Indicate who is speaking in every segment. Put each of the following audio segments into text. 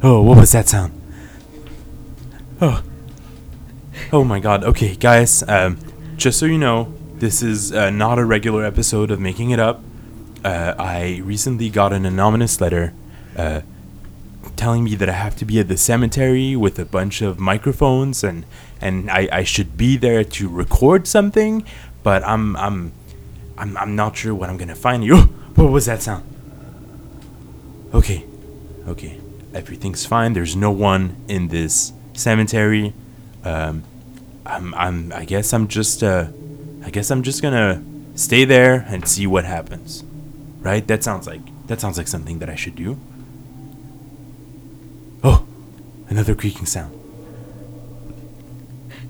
Speaker 1: What was that sound? Oh. Oh my god. Okay, guys, um, just so you know, this is uh, not a regular episode of Making It Up. Uh, I recently got an anonymous letter uh, telling me that I have to be at the cemetery with a bunch of microphones and, and I, I should be there to record something, but I'm, I'm, I'm, I'm not sure what I'm gonna find you. what was that sound? Okay, okay, everything's fine. There's no one in this cemetery. Um, I'm, I'm, I guess I'm just, uh, I guess I'm just gonna stay there and see what happens. Right? That sounds like that sounds like something that I should do. Oh, another creaking sound.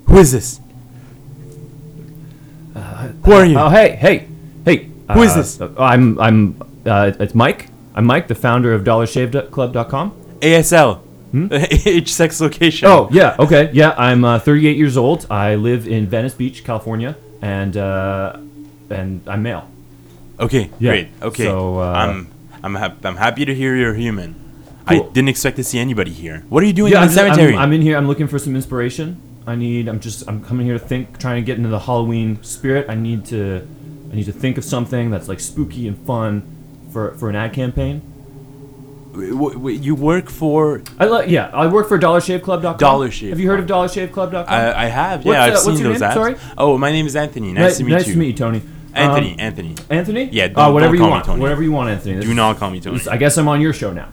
Speaker 1: Who is this? Who are you?
Speaker 2: Oh hey hey hey!
Speaker 1: Who is
Speaker 2: Uh,
Speaker 1: this?
Speaker 2: I'm I'm uh, it's Mike. I'm Mike, the founder of DollarShaveClub.com.
Speaker 1: ASL. Age, sex, location.
Speaker 2: Hmm? Oh yeah okay yeah I'm uh, 38 years old. I live in Venice Beach, California, and uh, and I'm male.
Speaker 1: Okay,
Speaker 2: Yeah,
Speaker 1: great. Okay,
Speaker 2: so, uh,
Speaker 1: I'm I'm hap- I'm happy to hear you're human. I
Speaker 2: Cool.
Speaker 1: didn't expect to see anybody here. What are you doing
Speaker 2: yeah,
Speaker 1: in
Speaker 2: I'm,
Speaker 1: the
Speaker 2: just- I'm-
Speaker 1: cemetery?
Speaker 2: I'm, in here. I'm looking for some inspiration. I need. I'm just. I'm coming here to think, trying to get into the Halloween spirit. I need to. I need to think of something that's like spooky and fun for for an ad campaign.
Speaker 1: W- w- you work for?
Speaker 2: I like. Yeah, I work for DollarShaveClub.com.
Speaker 1: Dollar Shave
Speaker 2: Have you heard of DollarShaveClub.com?
Speaker 1: I, I have.
Speaker 2: What's,
Speaker 1: Yeah, I've
Speaker 2: uh, what's
Speaker 1: seen
Speaker 2: your
Speaker 1: those
Speaker 2: name?
Speaker 1: apps.
Speaker 2: Sorry?
Speaker 1: Oh, my name is Anthony. Nice to meet you.
Speaker 2: Tony.
Speaker 1: Anthony.
Speaker 2: Um,
Speaker 1: Anthony.
Speaker 2: Anthony.
Speaker 1: Yeah,
Speaker 2: Uh,
Speaker 1: don't-
Speaker 2: whatever
Speaker 1: don't
Speaker 2: you
Speaker 1: call me
Speaker 2: want.
Speaker 1: Tony.
Speaker 2: Whatever you want, Anthony. This
Speaker 1: Do
Speaker 2: is-
Speaker 1: not call me Tony.
Speaker 2: this- I guess I'm on your show now.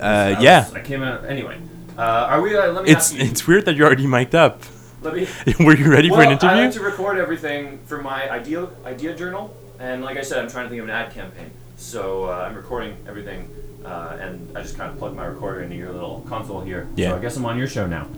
Speaker 1: Uh,
Speaker 2: I
Speaker 1: yeah.
Speaker 2: was- I came out anyway. Uh, are we? Uh, let me.
Speaker 1: It's
Speaker 2: ask you-
Speaker 1: it's weird that you're already mic'd up.
Speaker 2: Let me.
Speaker 1: Were you ready for an
Speaker 2: Well, I like
Speaker 1: interview?
Speaker 2: to record everything for my idea idea journal, and like I said, I'm trying to think of an ad campaign. So uh, I'm recording everything, uh, and I just kind of plug my recorder into your little console here.
Speaker 1: Yeah.
Speaker 2: So I guess I'm on your show now.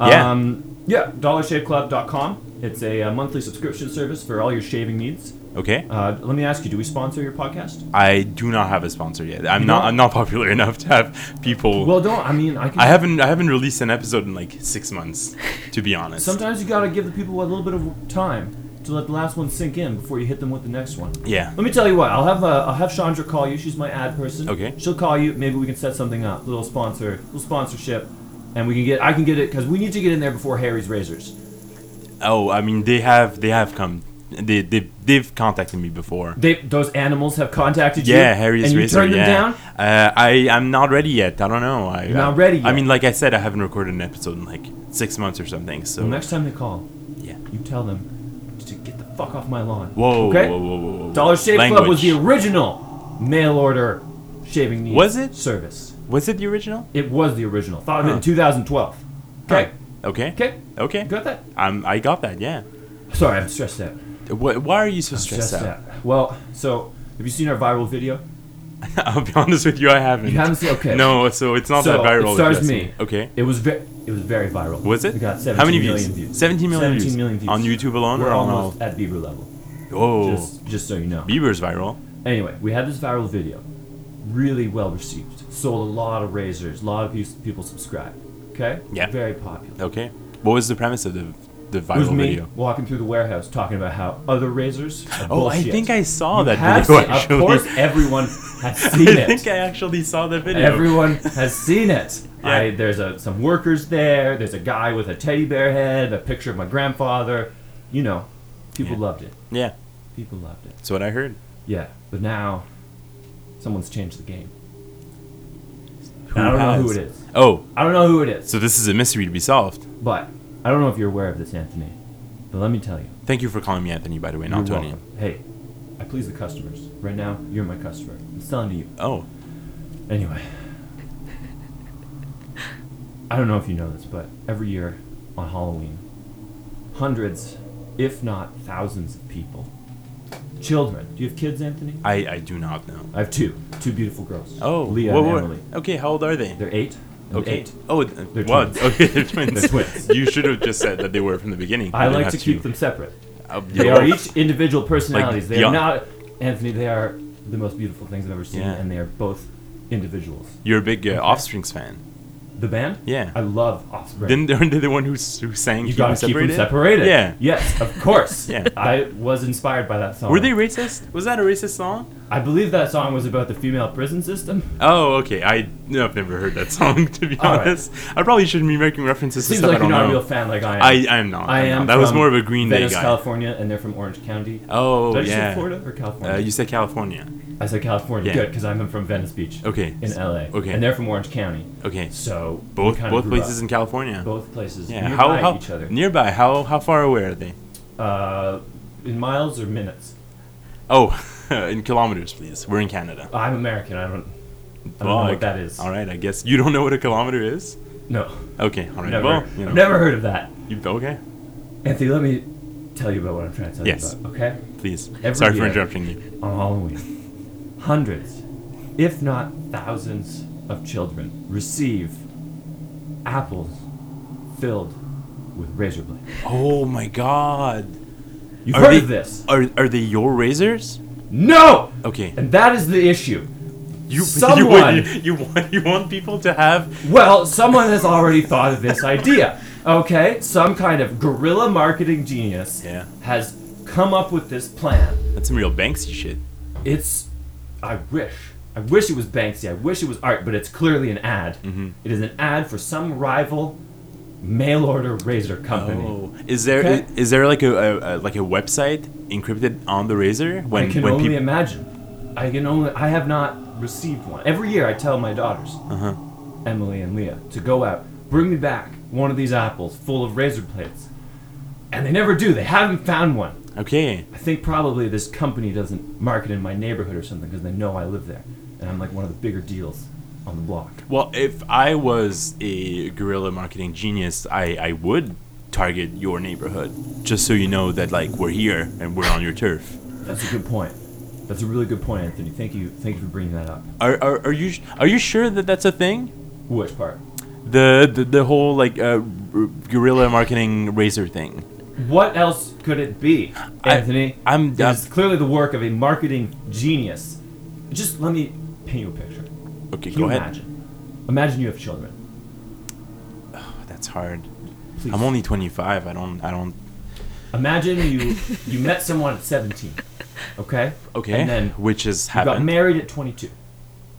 Speaker 1: Yeah.
Speaker 2: Um, yeah. DollarShaveClub.com. It's a, uh monthly subscription service for all your shaving needs.
Speaker 1: Okay.
Speaker 2: Uh, let me ask you: Do we sponsor your podcast?
Speaker 1: I do not have a sponsor yet. I'm
Speaker 2: You
Speaker 1: not
Speaker 2: don't?
Speaker 1: I'm not popular enough to have people.
Speaker 2: Well, don't. I mean, I can.
Speaker 1: I haven't I haven't released an episode in like six months, to be honest.
Speaker 2: Sometimes you gotta give the people a little bit of time to let the last one sink in before you hit them with the next one.
Speaker 1: Yeah.
Speaker 2: Let me tell you what. I'll have uh, I'll have Chandra call you. She's my ad person.
Speaker 1: Okay.
Speaker 2: She'll call you. Maybe we can set something up. Little sponsor, little sponsorship, and we can get. I can get it because we need to get in there before Harry's razors.
Speaker 1: Oh, I mean they have they have come they they they've contacted me before.
Speaker 2: They those animals have contacted you.
Speaker 1: Yeah, Harry's
Speaker 2: and you
Speaker 1: razor.
Speaker 2: turned them
Speaker 1: yeah.
Speaker 2: down.
Speaker 1: Uh, I I'm not ready yet. I don't know. I,
Speaker 2: You're not
Speaker 1: I-
Speaker 2: ready
Speaker 1: I
Speaker 2: yet.
Speaker 1: mean, like I said, I haven't recorded an episode in like six months or something. So
Speaker 2: Well, next time they call,
Speaker 1: yeah.
Speaker 2: you tell them to get the fuck off my lawn.
Speaker 1: Whoa,
Speaker 2: Okay.
Speaker 1: whoa, whoa, whoa, whoa, whoa.
Speaker 2: Dollar Shave Club
Speaker 1: Language.
Speaker 2: was the original mail order shaving needs
Speaker 1: Was it?
Speaker 2: service.
Speaker 1: Was it the original?
Speaker 2: It was the original. Thought of it
Speaker 1: Huh.
Speaker 2: in 2012. Okay.
Speaker 1: Okay.
Speaker 2: Okay.
Speaker 1: Okay.
Speaker 2: Got that?
Speaker 1: Um, I got that. Yeah.
Speaker 2: Sorry, I'm stressed out.
Speaker 1: Wh- why are you so stressed,
Speaker 2: Stressed
Speaker 1: out?
Speaker 2: out. Well, so have you seen our viral video?
Speaker 1: I'll be honest with you, I haven't.
Speaker 2: You haven't seen? Okay.
Speaker 1: No, so it's not
Speaker 2: So,
Speaker 1: that viral.
Speaker 2: it stars
Speaker 1: just-
Speaker 2: me.
Speaker 1: Okay.
Speaker 2: It was very, it was very viral.
Speaker 1: Was it?
Speaker 2: We got 17
Speaker 1: How many
Speaker 2: million
Speaker 1: views? 17 million
Speaker 2: 17
Speaker 1: views.
Speaker 2: million views.
Speaker 1: On YouTube alone?
Speaker 2: We're
Speaker 1: or on
Speaker 2: almost at Bieber level.
Speaker 1: all- Oh.
Speaker 2: Just, just so you know.
Speaker 1: Bieber's viral.
Speaker 2: Anyway, we had this viral video, really well received. Sold a lot of razors. A lot of peop- people subscribed. Okay.
Speaker 1: Yeah.
Speaker 2: Very popular.
Speaker 1: Okay. What was the premise of the the
Speaker 2: It was
Speaker 1: viral
Speaker 2: me
Speaker 1: video?
Speaker 2: walking through the warehouse talking about how other razors. Are
Speaker 1: Oh, I
Speaker 2: bullshit.
Speaker 1: think I saw that
Speaker 2: Have
Speaker 1: video
Speaker 2: seen-
Speaker 1: actually.
Speaker 2: Of course, everyone has seen
Speaker 1: I
Speaker 2: it.
Speaker 1: think I actually saw that video.
Speaker 2: Everyone has seen it.
Speaker 1: Yeah.
Speaker 2: I, there's a, some workers there. There's a guy with a teddy bear head, a picture of my grandfather. You know, people
Speaker 1: Yeah.
Speaker 2: loved it.
Speaker 1: yeah,
Speaker 2: People loved it.
Speaker 1: that's what I heard.
Speaker 2: Yeah, but now someone's changed the game.
Speaker 1: Who
Speaker 2: I don't know who
Speaker 1: has?
Speaker 2: it is.
Speaker 1: Oh,
Speaker 2: I don't know who it is,
Speaker 1: so this is a mystery to be solved.
Speaker 2: but I don't know if you're aware of this, Anthony. But let me tell you,
Speaker 1: Thank you for calling me Anthony, by the way, not
Speaker 2: you're
Speaker 1: Tony.
Speaker 2: welcome. Hey, I please the customers. Right now, you're my customer. I'm selling to you.
Speaker 1: Oh,
Speaker 2: Anyway, I don't know if you know this, but every year on Halloween, hundreds, if not thousands of people, children. Do you have kids, Anthony?
Speaker 1: I, I do not know.
Speaker 2: I have two, two beautiful girls.
Speaker 1: Oh,
Speaker 2: Leah
Speaker 1: whoa,
Speaker 2: and
Speaker 1: whoa.
Speaker 2: Emily.
Speaker 1: Okay, how old are they?
Speaker 2: They're eight. and
Speaker 1: okay.
Speaker 2: Eight.
Speaker 1: Oh, th- what?
Speaker 2: twins.
Speaker 1: Okay, they're twins.
Speaker 2: They're twins.
Speaker 1: You should have just said that they were from the beginning.
Speaker 2: I
Speaker 1: You don't
Speaker 2: like
Speaker 1: have
Speaker 2: to keep them separate.
Speaker 1: Uh,
Speaker 2: They
Speaker 1: you're
Speaker 2: are
Speaker 1: welcome.
Speaker 2: each individual personalities. they are
Speaker 1: young.
Speaker 2: not, Anthony. They are the most beautiful things I've ever seen,
Speaker 1: Yeah.
Speaker 2: and they are both individuals.
Speaker 1: You're a big uh, Offsprings fan.
Speaker 2: The band.
Speaker 1: Yeah.
Speaker 2: I love Offspring.
Speaker 1: Didn't aren't they the one who, s- who sang
Speaker 2: You
Speaker 1: keep
Speaker 2: gotta
Speaker 1: them
Speaker 2: keep them
Speaker 1: separated?
Speaker 2: separated.
Speaker 1: Yeah.
Speaker 2: Yes, of course.
Speaker 1: Yeah.
Speaker 2: I was inspired by that song.
Speaker 1: Oh. Were they racist? Was that a racist song?
Speaker 2: I believe that song was about the female prison system.
Speaker 1: Oh, okay. I no, I've never heard that song to be
Speaker 2: All right.
Speaker 1: honest. I probably shouldn't be making references to
Speaker 2: Seems
Speaker 1: stuff
Speaker 2: like
Speaker 1: I
Speaker 2: you're
Speaker 1: don't
Speaker 2: not
Speaker 1: know.
Speaker 2: a real fan like I am.
Speaker 1: I I am not.
Speaker 2: I
Speaker 1: I'm
Speaker 2: am.
Speaker 1: Not. That was
Speaker 2: from
Speaker 1: more of a Green
Speaker 2: Venice,
Speaker 1: Day guy.
Speaker 2: California, and they're from Orange County.
Speaker 1: Oh
Speaker 2: Did I just
Speaker 1: yeah.
Speaker 2: say Florida or California?
Speaker 1: Uh, you said California.
Speaker 2: I said California.
Speaker 1: Yeah.
Speaker 2: Good, because I'm from Venice Beach
Speaker 1: Okay.
Speaker 2: in LA.
Speaker 1: Okay.
Speaker 2: And they're from Orange County.
Speaker 1: Okay.
Speaker 2: So we
Speaker 1: Both
Speaker 2: kinda
Speaker 1: both
Speaker 2: grew
Speaker 1: places
Speaker 2: up.
Speaker 1: in California.
Speaker 2: both places
Speaker 1: yeah.
Speaker 2: nearby
Speaker 1: How how
Speaker 2: each other.
Speaker 1: nearby? How how far away are they?
Speaker 2: Uh, in miles or minutes?
Speaker 1: Oh, in kilometers, please. We're in Canada.
Speaker 2: I'm American. I don't. I don't know
Speaker 1: Well,
Speaker 2: what that is.
Speaker 1: All right. I guess you don't know what a kilometer is.
Speaker 2: No,
Speaker 1: Okay. All right.
Speaker 2: never.
Speaker 1: Well, you know.
Speaker 2: I've never heard of that.
Speaker 1: You, okay.
Speaker 2: Anthony, let me tell you about what I'm trying to tell
Speaker 1: Yes.
Speaker 2: you about. Okay.
Speaker 1: Please.
Speaker 2: Every
Speaker 1: Sorry for
Speaker 2: year-
Speaker 1: interrupting you.
Speaker 2: on Halloween. Hundreds, if not thousands, of children receive apples filled with razor blades.
Speaker 1: Oh my God.
Speaker 2: You've
Speaker 1: Are
Speaker 2: heard
Speaker 1: they-
Speaker 2: of this?
Speaker 1: Are are they your razors?
Speaker 2: No!
Speaker 1: Okay.
Speaker 2: And that is the issue.
Speaker 1: You you,
Speaker 2: Someone-
Speaker 1: want, you want you want people to have
Speaker 2: Well, someone has already thought of this idea. Okay? Some kind of guerrilla marketing genius
Speaker 1: Yeah.
Speaker 2: has come up with this plan.
Speaker 1: that's some real Banksy shit.
Speaker 2: It's. I wish. I wish it was Banksy. I wish it was art, but it's clearly an ad.
Speaker 1: Mm-hmm.
Speaker 2: It is an ad for some rival mail order razor company.
Speaker 1: Oh, is there is
Speaker 2: Okay.
Speaker 1: there like a, a, a like a website encrypted on the razor when
Speaker 2: I can
Speaker 1: when
Speaker 2: only
Speaker 1: people?
Speaker 2: imagine. I can only. I have not received one. Every year, I tell my daughters,
Speaker 1: Uh-huh.
Speaker 2: Emily and Leah, to go out, bring me back one of these apples full of razor blades, and they never do. They haven't found one.
Speaker 1: Okay,
Speaker 2: I think probably this company doesn't market in my neighborhood or something because they know I live there, and I'm like one of the bigger deals on the block.
Speaker 1: well, if I was a guerrilla marketing genius, I I would target your neighborhood just so you know that like we're here and we're on your turf.
Speaker 2: That's a good point. That's a really good point, Anthony. Thank you. Thank you for bringing that up.
Speaker 1: Are are, are you sh- are you sure that that's a thing?
Speaker 2: Which part?
Speaker 1: The the, the whole like uh, r- guerrilla marketing razor thing.
Speaker 2: What else could it be,
Speaker 1: I-
Speaker 2: Anthony?
Speaker 1: I'm-
Speaker 2: It is clearly the work of a marketing genius. Just let me paint you a picture. Can
Speaker 1: Okay,
Speaker 2: you
Speaker 1: go ahead.
Speaker 2: imagine? Imagine you have children.
Speaker 1: Oh, That's hard.
Speaker 2: Please.
Speaker 1: I'm only 25. I don't. I don't.
Speaker 2: Imagine you you met someone at 17. Okay.
Speaker 1: Okay.
Speaker 2: And then you
Speaker 1: Eh? which has
Speaker 2: got
Speaker 1: happened.
Speaker 2: married at 22.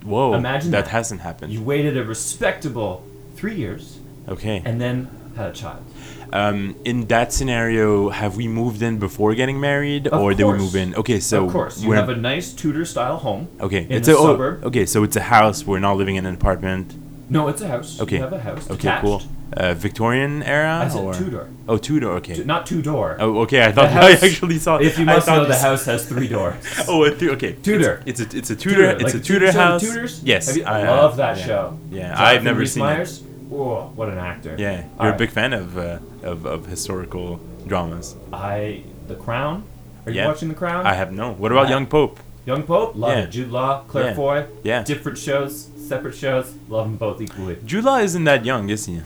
Speaker 1: Whoa.
Speaker 2: imagine
Speaker 1: that,
Speaker 2: that.
Speaker 1: hasn't happened.
Speaker 2: You waited a respectable three years,
Speaker 1: okay.
Speaker 2: and then had a child.
Speaker 1: Um, in that scenario, have we moved in before getting married,
Speaker 2: Of
Speaker 1: or did we
Speaker 2: course.
Speaker 1: move in? Okay, so
Speaker 2: of course, you
Speaker 1: we're-
Speaker 2: have a nice Tudor-style home.
Speaker 1: okay.
Speaker 2: in
Speaker 1: it's
Speaker 2: a
Speaker 1: a, oh,
Speaker 2: suburb.
Speaker 1: okay, so it's a house. We're not living in an apartment.
Speaker 2: No, it's a house.
Speaker 1: Okay.
Speaker 2: You have a house.
Speaker 1: Okay,
Speaker 2: detached.
Speaker 1: cool. Uh, Victorian era.
Speaker 2: I said
Speaker 1: or?
Speaker 2: Tudor.
Speaker 1: Oh, Tudor. Okay.
Speaker 2: T- Not two door.
Speaker 1: oh, okay. I
Speaker 2: The
Speaker 1: thought
Speaker 2: house-
Speaker 1: I actually saw.
Speaker 2: If you
Speaker 1: I
Speaker 2: must
Speaker 1: thought
Speaker 2: know,
Speaker 1: you
Speaker 2: the
Speaker 1: s-
Speaker 2: house has three doors.
Speaker 1: Oh, a tu- okay.
Speaker 2: Tudor.
Speaker 1: It's, it's a it's a Tudor. It's
Speaker 2: like
Speaker 1: a
Speaker 2: the
Speaker 1: Tudor
Speaker 2: Tudor- so the
Speaker 1: house.
Speaker 2: Tudors?
Speaker 1: Yes,
Speaker 2: Have you- I
Speaker 1: uh,
Speaker 2: love that
Speaker 1: yeah.
Speaker 2: show.
Speaker 1: Yeah,
Speaker 2: Jonathan
Speaker 1: I've never seen it.
Speaker 2: Rhys-Meyers? Whoa, what an actor!
Speaker 1: Yeah, you're
Speaker 2: All
Speaker 1: a
Speaker 2: right.
Speaker 1: big fan of uh, of, of historical dramas.
Speaker 2: I, The Crown. Are you
Speaker 1: Yeah.
Speaker 2: watching The Crown?
Speaker 1: I have no. What about
Speaker 2: Yeah.
Speaker 1: Young Pope?
Speaker 2: Young Pope. Love
Speaker 1: Yeah.
Speaker 2: it. Jude Law, Claire
Speaker 1: Yeah.
Speaker 2: Foy.
Speaker 1: Yeah.
Speaker 2: Different shows, separate shows. Love them both equally.
Speaker 1: Jude Law isn't that young, is he?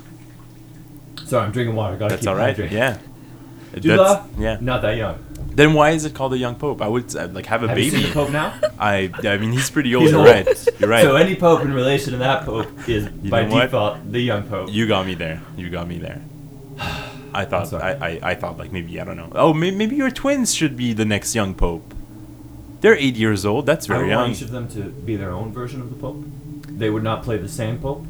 Speaker 2: Sorry, I'm drinking water. Gotta
Speaker 1: That's
Speaker 2: keep
Speaker 1: all right.
Speaker 2: hydrated.
Speaker 1: Yeah. That's-
Speaker 2: Jude Law.
Speaker 1: Yeah.
Speaker 2: Not that young.
Speaker 1: Then why is it called the Young Pope? I would uh, like have a
Speaker 2: Have you
Speaker 1: baby.
Speaker 2: seen the Pope now?
Speaker 1: I I mean he's pretty old.
Speaker 2: He's
Speaker 1: you're
Speaker 2: old.
Speaker 1: right. You're right.
Speaker 2: So any pope in relation to that pope is
Speaker 1: You
Speaker 2: by
Speaker 1: know what?
Speaker 2: default the young pope.
Speaker 1: you got me there. You got me there. I thought
Speaker 2: sorry.
Speaker 1: I, I, I thought like maybe I don't know. Oh maybe, maybe your twins should be the next young pope. They're eight years old. That's
Speaker 2: I
Speaker 1: very
Speaker 2: would want
Speaker 1: young.
Speaker 2: each of them to be their own version of the pope. They would not play the same pope.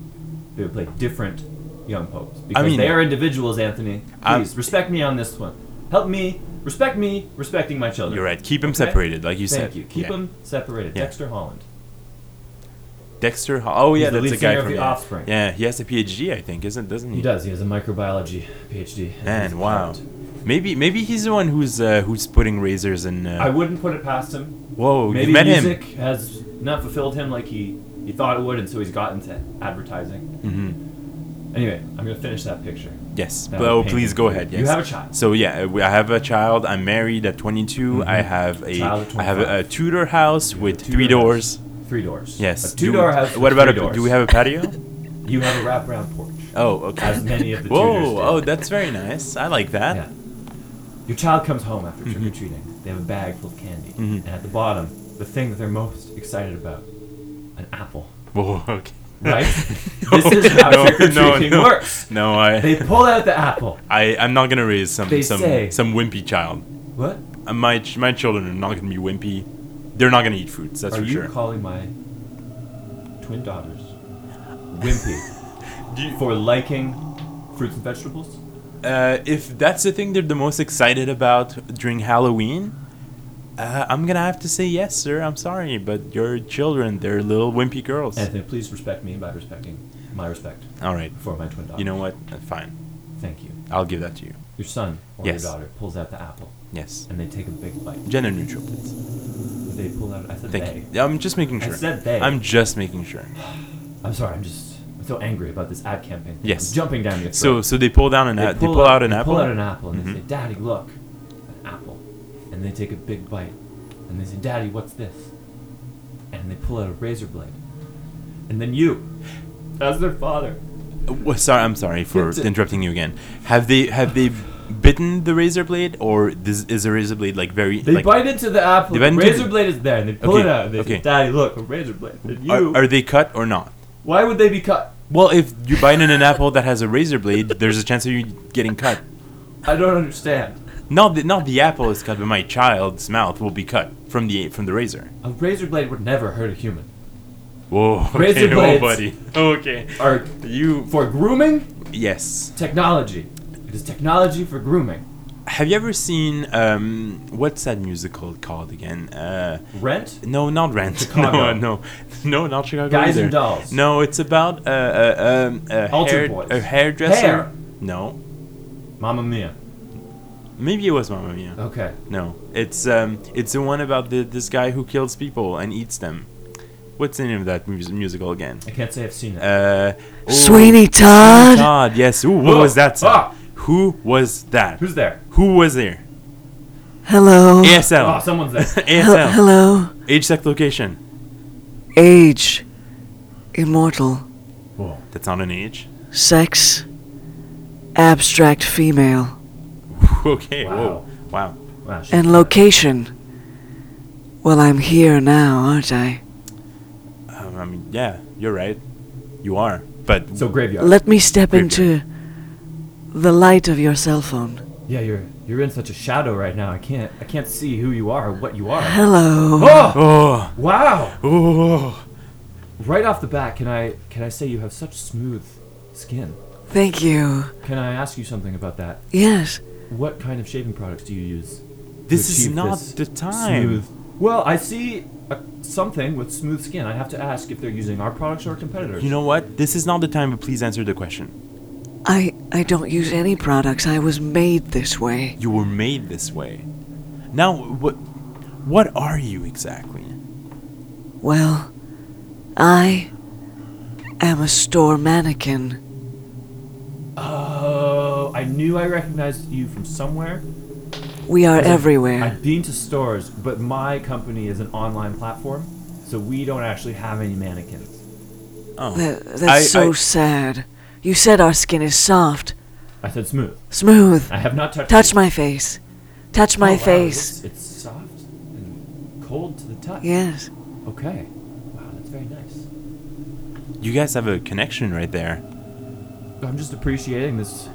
Speaker 2: They would play different young popes because
Speaker 1: mean-
Speaker 2: they are individuals. Anthony,
Speaker 1: I'm-
Speaker 2: please respect me on this one. Help me respect me respecting my children.
Speaker 1: You're right. Keep them
Speaker 2: Okay?
Speaker 1: separated, like you
Speaker 2: Thank
Speaker 1: said.
Speaker 2: you. Keep
Speaker 1: Yeah.
Speaker 2: them separated.
Speaker 1: Yeah.
Speaker 2: Dexter Holland.
Speaker 1: Dexter. Hall- Oh
Speaker 2: He's
Speaker 1: yeah,
Speaker 2: the
Speaker 1: that's
Speaker 2: lead
Speaker 1: a guy
Speaker 2: singer of
Speaker 1: from
Speaker 2: The
Speaker 1: yeah.
Speaker 2: Offspring.
Speaker 1: Yeah, he has a PhD, I think, isn't doesn't he?
Speaker 2: He does. He has a microbiology PhD. and he's
Speaker 1: Man,
Speaker 2: a
Speaker 1: wow.
Speaker 2: poet.
Speaker 1: Maybe maybe he's the one who's uh, who's putting razors in. Uh,
Speaker 2: I wouldn't put it past him.
Speaker 1: whoa,
Speaker 2: Maybe
Speaker 1: Oh, you met
Speaker 2: music
Speaker 1: him.
Speaker 2: has not fulfilled him like he, he thought it would, and so he's gotten to advertising.
Speaker 1: hmm
Speaker 2: Anyway, I'm gonna finish that picture.
Speaker 1: Yes.
Speaker 2: That
Speaker 1: oh,
Speaker 2: would paint
Speaker 1: please
Speaker 2: him.
Speaker 1: go ahead. Yes.
Speaker 2: You have a child.
Speaker 1: So yeah, uh, we- I have a child. I'm married at 22. I have a
Speaker 2: Mm-hmm. Child at
Speaker 1: I have a, a
Speaker 2: 25.
Speaker 1: Tudor house
Speaker 2: You have a
Speaker 1: with
Speaker 2: Tudor
Speaker 1: three
Speaker 2: house.
Speaker 1: doors.
Speaker 2: Three doors.
Speaker 1: Yes.
Speaker 2: A
Speaker 1: Do-
Speaker 2: two door house.
Speaker 1: What
Speaker 2: with
Speaker 1: about
Speaker 2: three
Speaker 1: a?
Speaker 2: doors.
Speaker 1: Do we have a patio?
Speaker 2: You have a wraparound porch.
Speaker 1: oh, okay.
Speaker 2: As many of the Tudors
Speaker 1: Whoa!
Speaker 2: did.
Speaker 1: Oh, that's very nice. I like that.
Speaker 2: Yeah. Your child comes home after trick or treating. They have a bag full of candy,
Speaker 1: Mhm.
Speaker 2: and at the bottom, the thing that they're most excited about, an apple.
Speaker 1: Whoa. Okay.
Speaker 2: Right?
Speaker 1: No,
Speaker 2: this is how
Speaker 1: no,
Speaker 2: trick or treating
Speaker 1: no, no.
Speaker 2: works.
Speaker 1: No, I.
Speaker 2: They pull out the apple.
Speaker 1: I, I'm not gonna raise some
Speaker 2: They
Speaker 1: some
Speaker 2: say-
Speaker 1: some wimpy child.
Speaker 2: What?
Speaker 1: Uh, My ch- my children are not gonna be wimpy. They're not going to eat fruits. That's
Speaker 2: Are
Speaker 1: for
Speaker 2: you
Speaker 1: sure.
Speaker 2: calling my twin daughters wimpy
Speaker 1: Do you-
Speaker 2: for liking fruits and vegetables?
Speaker 1: uh, if that's the thing they're the most excited about during Halloween, uh, I'm gonna have to say yes, sir. I'm sorry, but your children—they're little wimpy girls.
Speaker 2: Anthony, please respect me by respecting my respect
Speaker 1: All right.
Speaker 2: for my twin daughters.
Speaker 1: You know what? Uh, Fine.
Speaker 2: Thank you.
Speaker 1: I'll give that to you.
Speaker 2: Your son or
Speaker 1: Yes.
Speaker 2: your daughter pulls out the apple
Speaker 1: Yes.
Speaker 2: and they take a big bite.
Speaker 1: Gender neutral, please.
Speaker 2: They pull out. I said
Speaker 1: Thank
Speaker 2: they.
Speaker 1: you. I'm just making
Speaker 2: I
Speaker 1: sure.
Speaker 2: said they.
Speaker 1: I'm just making sure.
Speaker 2: I'm sorry. I'm just. I'm so angry about this ad campaign. thing.
Speaker 1: Yes.
Speaker 2: I'm jumping down your
Speaker 1: So,
Speaker 2: throat.
Speaker 1: so they pull down an apple. They pull out an
Speaker 2: they
Speaker 1: apple.
Speaker 2: Pull out an apple and
Speaker 1: Mhm.
Speaker 2: they say, "Daddy, look, an apple," and they take a big bite, and they say, "Daddy, what's this?" And they pull out a razor blade, and then you, as their father,
Speaker 1: Uh, wha- sorry, I'm sorry for
Speaker 2: It's a-
Speaker 1: interrupting you again. Have they have they bitten the razor blade, or this, is the razor blade like very
Speaker 2: they
Speaker 1: like?
Speaker 2: bite into the apple.
Speaker 1: They bite
Speaker 2: The
Speaker 1: into
Speaker 2: razor
Speaker 1: the-
Speaker 2: blade is there, and they pull
Speaker 1: Okay,
Speaker 2: it out. And they
Speaker 1: okay.
Speaker 2: say, "Daddy, look, a razor blade." And you,
Speaker 1: are, are they cut or not?
Speaker 2: why would they be cut?
Speaker 1: Well, if you bite in an apple that has a razor blade, there's a chance of you getting cut.
Speaker 2: I don't understand.
Speaker 1: Not the, not the apple is cut, but my child's mouth will be cut from the from the razor.
Speaker 2: A razor blade would never hurt a human.
Speaker 1: Whoa, okay,
Speaker 2: Razor blades.
Speaker 1: oh, buddy. Okay,
Speaker 2: Or
Speaker 1: you
Speaker 2: for grooming,
Speaker 1: yes.
Speaker 2: technology. It is technology for grooming.
Speaker 1: Have you ever seen um what's that musical called again? Uh,
Speaker 2: Rent.
Speaker 1: no, not Rent.
Speaker 2: Chicago.
Speaker 1: No, no, no, not Chicago.
Speaker 2: Guys
Speaker 1: either.
Speaker 2: and dolls.
Speaker 1: No, it's about uh, uh, um, a,
Speaker 2: Altar
Speaker 1: hair,
Speaker 2: Boys.
Speaker 1: a hairdresser.
Speaker 2: Hair.
Speaker 1: No,
Speaker 2: Mamma Mia.
Speaker 1: maybe it was Mamma Mia.
Speaker 2: Okay.
Speaker 1: No, it's um, it's the one about the this guy who kills people and eats them. What's the name of that mus- musical again?
Speaker 2: I can't say I've seen it.
Speaker 1: Uh, oh,
Speaker 3: Sweeney
Speaker 1: Sweeney
Speaker 3: Todd.
Speaker 1: Todd. Yes. Ooh, what
Speaker 2: Oh,
Speaker 1: was that? song?
Speaker 2: ah.
Speaker 1: Who was that?
Speaker 2: Who's there?
Speaker 1: Who was there?
Speaker 3: Hello.
Speaker 1: ASL.
Speaker 2: Oh, someone's there.
Speaker 3: Hel-
Speaker 1: ASL.
Speaker 3: hello.
Speaker 1: Age, sex, location.
Speaker 3: Age. Immortal.
Speaker 2: Whoa.
Speaker 1: That's not an age.
Speaker 3: Sex. Abstract female.
Speaker 1: okay.
Speaker 2: Wow.
Speaker 1: Whoa. Wow.
Speaker 2: Wow, she-
Speaker 3: And location. Well, I'm here now, aren't I?
Speaker 1: Um, I mean, yeah, you're right. You are. But
Speaker 2: So graveyard.
Speaker 3: Let me step
Speaker 1: Graveyard.
Speaker 3: into the light of your cell phone.
Speaker 2: yeah, you're you're in such a shadow right now. I can't I can't see who you are or what you are.
Speaker 3: Hello.
Speaker 2: Oh!
Speaker 1: oh,
Speaker 2: Wow!
Speaker 1: oh.
Speaker 2: Right off the bat, can I can I say you have such smooth skin?
Speaker 3: Thank you.
Speaker 2: Can I ask you something about that?
Speaker 3: Yes.
Speaker 2: What kind of shaving products do you use? to
Speaker 1: This is
Speaker 2: achieve
Speaker 1: not
Speaker 2: this
Speaker 1: the time.
Speaker 2: Smooth. Well, I see a, something with smooth skin. I have to ask if they're using our products or competitors.
Speaker 1: You know what? This is not the time. But please answer the question.
Speaker 3: I I don't use any products. I was made this way.
Speaker 1: You were made this way. Now, what? What are you exactly?
Speaker 3: Well, I am a store mannequin.
Speaker 2: Oh, I knew I recognized you from somewhere.
Speaker 3: We are
Speaker 2: Because I've-
Speaker 3: everywhere.
Speaker 2: I've been to stores, but my company is an online platform, so we don't actually have any mannequins.
Speaker 1: Oh,
Speaker 3: That, that's
Speaker 1: I-
Speaker 3: so
Speaker 1: I-
Speaker 3: sad. You said our skin is soft,
Speaker 2: I said smooth.
Speaker 3: smooth.
Speaker 2: I have not touched.
Speaker 3: Touch my face. Touch
Speaker 2: Oh,
Speaker 3: my
Speaker 2: wow,
Speaker 3: face.
Speaker 2: It's, it's soft and cold to the touch.
Speaker 3: Yes.
Speaker 2: Okay. Wow, that's very nice.
Speaker 1: you guys have a connection right there.
Speaker 2: I'm just appreciating this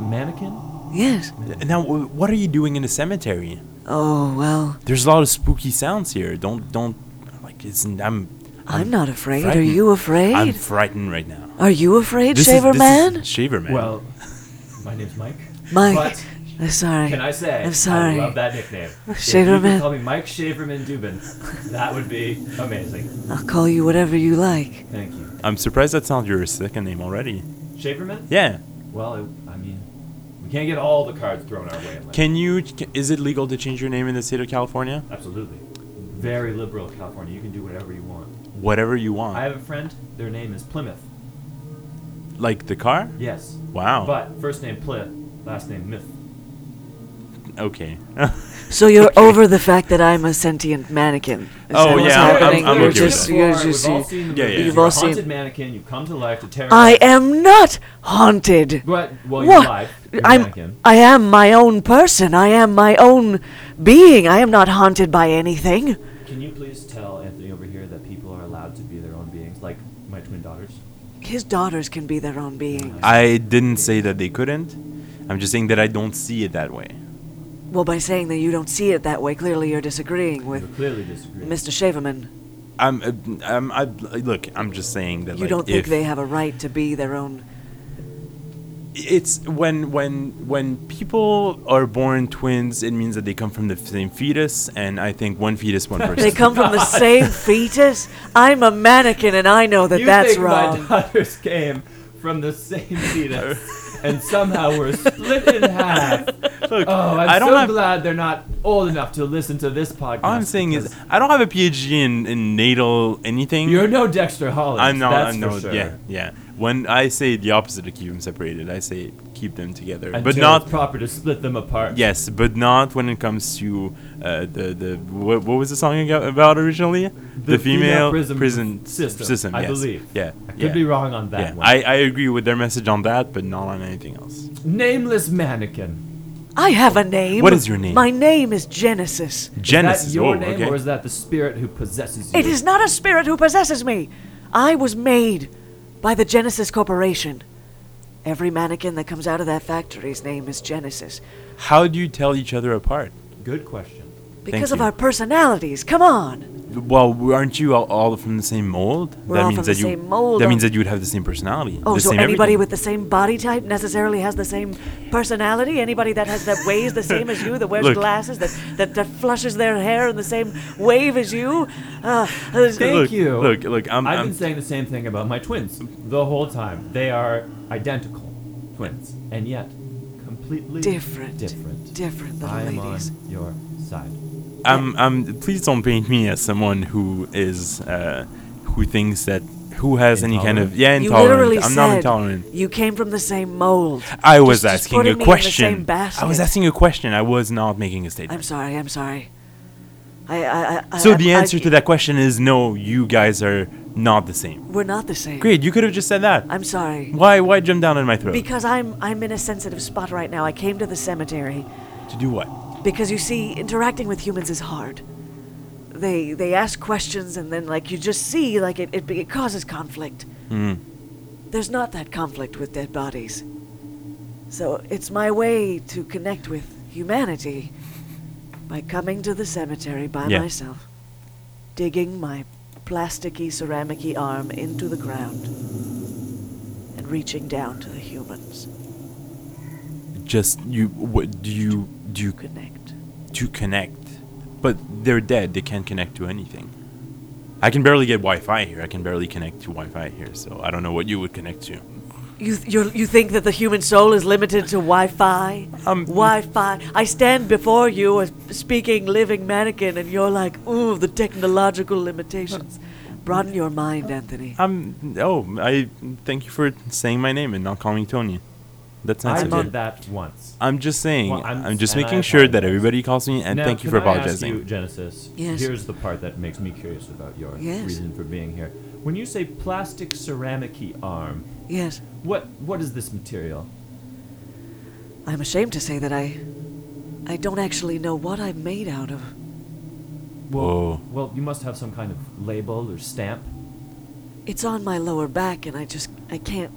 Speaker 2: mannequin.
Speaker 3: Yes.
Speaker 1: Now, wh- what are you doing in the cemetery?
Speaker 3: Oh, well,
Speaker 1: There's a lot of spooky sounds here. Don't, don't, like, isn't I'm.
Speaker 3: I'm not afraid. Are
Speaker 1: frightened.
Speaker 3: you afraid?
Speaker 1: I'm frightened right now.
Speaker 3: Are you afraid,
Speaker 1: This is-
Speaker 3: Shaver
Speaker 1: this is
Speaker 3: Man?
Speaker 1: Shaver man.
Speaker 2: Well, my name's Mike.
Speaker 3: Mike.
Speaker 2: But
Speaker 3: I'm Uh, sorry.
Speaker 2: can I say?
Speaker 3: I'm sorry.
Speaker 2: I love that nickname. If you
Speaker 3: Shaverman.
Speaker 2: could call me Mike Shaverman Dubin. That would be amazing.
Speaker 3: I'll call you whatever you like.
Speaker 2: Thank you.
Speaker 1: I'm surprised that's not your second name already.
Speaker 2: Shaverman?
Speaker 1: Yeah.
Speaker 2: Well, it, I mean, we can't get all the cards thrown our way. In life.
Speaker 1: Can you? c- Is it legal to change your name in the state of California?
Speaker 2: Absolutely. Very liberal California. You can do whatever you want.
Speaker 1: Whatever you
Speaker 3: Oh.
Speaker 1: want.
Speaker 2: I have a friend. Their name is Plymouth.
Speaker 1: like the car?
Speaker 3: Mm-hmm.
Speaker 2: Yes.
Speaker 3: Oh.
Speaker 1: Wow.
Speaker 2: But first name Plith, last name Myth.
Speaker 1: okay.
Speaker 3: So you're over the fact that I'm a sentient mannequin. Is
Speaker 1: Oh, yeah,
Speaker 3: that what's
Speaker 1: I'm- I'm-
Speaker 3: happening?
Speaker 1: I'm
Speaker 3: you're
Speaker 1: okay with
Speaker 3: just,
Speaker 1: that.
Speaker 3: you're
Speaker 2: Before,
Speaker 3: just.
Speaker 2: We've all seen the
Speaker 1: Yeah,
Speaker 2: movie.
Speaker 1: yeah.
Speaker 3: You've
Speaker 2: You're
Speaker 3: all
Speaker 2: a haunted
Speaker 3: seen-
Speaker 2: mannequin. You come to life to terrorize.
Speaker 3: I am not haunted.
Speaker 2: But well, you're
Speaker 3: What?
Speaker 2: alive. You're a
Speaker 3: I'm,
Speaker 2: mannequin.
Speaker 3: I am my own person. I am my own being. I am not haunted by anything.
Speaker 2: Can you please tell Anthony over here that people are allowed to be their own beings, like my twin daughters?
Speaker 3: His daughters can be their own being.
Speaker 1: I didn't say that they couldn't. I'm just saying that I don't see it that way.
Speaker 3: Well, by saying that you don't see it that way, clearly you're disagreeing
Speaker 2: You
Speaker 3: with
Speaker 2: clearly disagree.
Speaker 3: Mr. Shaverman.
Speaker 1: I'm, uh, I'm, I look. I'm just saying that.
Speaker 3: You
Speaker 1: like,
Speaker 3: don't think
Speaker 1: if-
Speaker 3: they have a right to be their own.
Speaker 1: It's when when when people are born twins, it means that they come from the same fetus, and I think one fetus, one person.
Speaker 3: They come from the same fetus? I'm a mannequin and I know that
Speaker 2: you
Speaker 3: that's
Speaker 2: think my
Speaker 3: wrong.
Speaker 2: daughters came from the same fetus, and somehow we're split in half.
Speaker 1: Look,
Speaker 2: Oh, I'm
Speaker 1: I do not
Speaker 2: so
Speaker 1: have.
Speaker 2: glad they're not old enough to listen to this podcast.
Speaker 1: all I'm saying is
Speaker 2: because
Speaker 1: I don't have a PhD in, in natal anything.
Speaker 2: you're no Dexter Holland.
Speaker 1: I'm not.
Speaker 2: That's
Speaker 1: I'm
Speaker 2: for
Speaker 1: not.
Speaker 2: sure.
Speaker 1: Yeah, yeah. When I say the opposite of keep them separated, I say keep them together, but
Speaker 2: Until
Speaker 1: not
Speaker 2: it's proper to split them apart.
Speaker 1: Yes, but not when it comes to uh, the the what, what was the song aga- about originally? The,
Speaker 2: female prison system, I
Speaker 1: yes.
Speaker 2: believe.
Speaker 1: Yeah.
Speaker 2: I could
Speaker 1: yeah.
Speaker 2: be wrong on that
Speaker 1: yeah.
Speaker 2: one.
Speaker 1: I, I agree with their message on that, but not on anything else.
Speaker 2: Nameless mannequin.
Speaker 3: I have a name.
Speaker 1: What is your name?
Speaker 3: My name is Genesis.
Speaker 1: Genesis.
Speaker 2: Is that your
Speaker 1: oh,
Speaker 2: name,
Speaker 1: okay.
Speaker 2: or is that the spirit who possesses you?
Speaker 3: It is not a spirit who possesses me. I was made by the Genesis Corporation. Every mannequin that comes out of that factory's name is Genesis.
Speaker 1: How do you tell each other apart?
Speaker 2: Good question.
Speaker 3: Because of
Speaker 1: you.
Speaker 3: our personalities. Come on.
Speaker 1: Well, w- aren't you all, all from the same mold?
Speaker 3: We're
Speaker 1: that
Speaker 3: all
Speaker 1: means
Speaker 3: from
Speaker 1: that
Speaker 3: the
Speaker 1: you.
Speaker 3: same mold,
Speaker 1: That
Speaker 3: um,
Speaker 1: means that you would have the same personality.
Speaker 3: Oh,
Speaker 1: the
Speaker 3: so
Speaker 1: same
Speaker 3: anybody
Speaker 1: everything.
Speaker 3: with the same body type necessarily has the same personality? Anybody that has that weighs the same as you, that wears
Speaker 1: Look.
Speaker 3: glasses, that, that, that flushes their hair in the same wave as you? Uh, uh,
Speaker 2: Thank
Speaker 1: Look,
Speaker 2: you.
Speaker 1: look, look, I'm-
Speaker 2: I've
Speaker 1: I'm-
Speaker 2: been saying the same thing about my twins
Speaker 1: um,
Speaker 2: the whole time. They are identical twins, and yet completely
Speaker 3: different.
Speaker 2: Different.
Speaker 3: Different little
Speaker 2: I am
Speaker 3: ladies.
Speaker 2: on your side.
Speaker 1: I'm, I'm, Um, please don't paint me as someone who is, uh, who thinks that, who has any kind of,
Speaker 2: Intolerant.
Speaker 1: yeah,
Speaker 3: You
Speaker 1: intolerant.
Speaker 3: literally
Speaker 1: I'm
Speaker 3: said
Speaker 1: not intolerant.
Speaker 3: you came from the same mold.
Speaker 1: I was
Speaker 3: Just- just
Speaker 1: asking
Speaker 3: putting
Speaker 1: a
Speaker 3: me in the same
Speaker 1: question. I
Speaker 3: basket.
Speaker 1: was asking a question. I was not making a statement.
Speaker 3: I'm sorry. I'm sorry. I. I, I
Speaker 1: so
Speaker 3: I-
Speaker 1: the
Speaker 3: I-
Speaker 1: answer to that question is no. You guys are not the same.
Speaker 3: We're not the same.
Speaker 1: Great. You could have just said that.
Speaker 3: I'm sorry.
Speaker 1: why? Why jump down in my throat?
Speaker 3: Because I'm I'm in a sensitive spot right now. I came to the cemetery
Speaker 1: to do what?
Speaker 3: because you see, interacting with humans is hard. They they ask questions and then like you just see like it it, be- it causes conflict.
Speaker 1: Hmm.
Speaker 3: There's not that conflict with dead bodies. So it's my way to connect with humanity by coming to the cemetery by
Speaker 1: Yeah.
Speaker 3: myself, digging my plasticky ceramicy arm into the ground, and reaching down to the humans.
Speaker 1: Just you? What do you do? You,
Speaker 3: Connect.
Speaker 1: to connect, but they're dead. They can't connect to anything. I can barely get Wi-Fi here. I can barely connect to Wi-Fi here. So I don't know what you would connect to.
Speaker 3: You, th- you're, you think that the human soul is limited to Wi-Fi?
Speaker 1: Um,
Speaker 3: Wi-Fi. I stand before you, a speaking living mannequin, and you're like, ooh, the technological limitations. Broaden your mind, Anthony.
Speaker 1: I'm. Oh, I thank you for saying my name and not calling me Tony. That's nice
Speaker 2: I
Speaker 1: of
Speaker 2: did
Speaker 1: you.
Speaker 2: that once.
Speaker 1: I'm just saying.
Speaker 2: Well, I'm-
Speaker 1: I'm, just
Speaker 2: and I
Speaker 1: making sure that
Speaker 2: apologize.
Speaker 1: everybody calls me, and
Speaker 2: Now,
Speaker 1: thank you for
Speaker 2: can I ask
Speaker 1: apologizing.
Speaker 2: you, Genesis.
Speaker 3: Yes.
Speaker 2: Here's the part that makes me curious about your
Speaker 3: Yes.
Speaker 2: reason for being here. When you say plastic ceramicy arm,
Speaker 3: Yes,
Speaker 2: what what is this material?
Speaker 3: I'm ashamed to say that I, I don't actually know what I'm made out of.
Speaker 1: Whoa.
Speaker 2: Well, you must have some kind of label or stamp.
Speaker 3: It's on my lower back, and I just, I can't,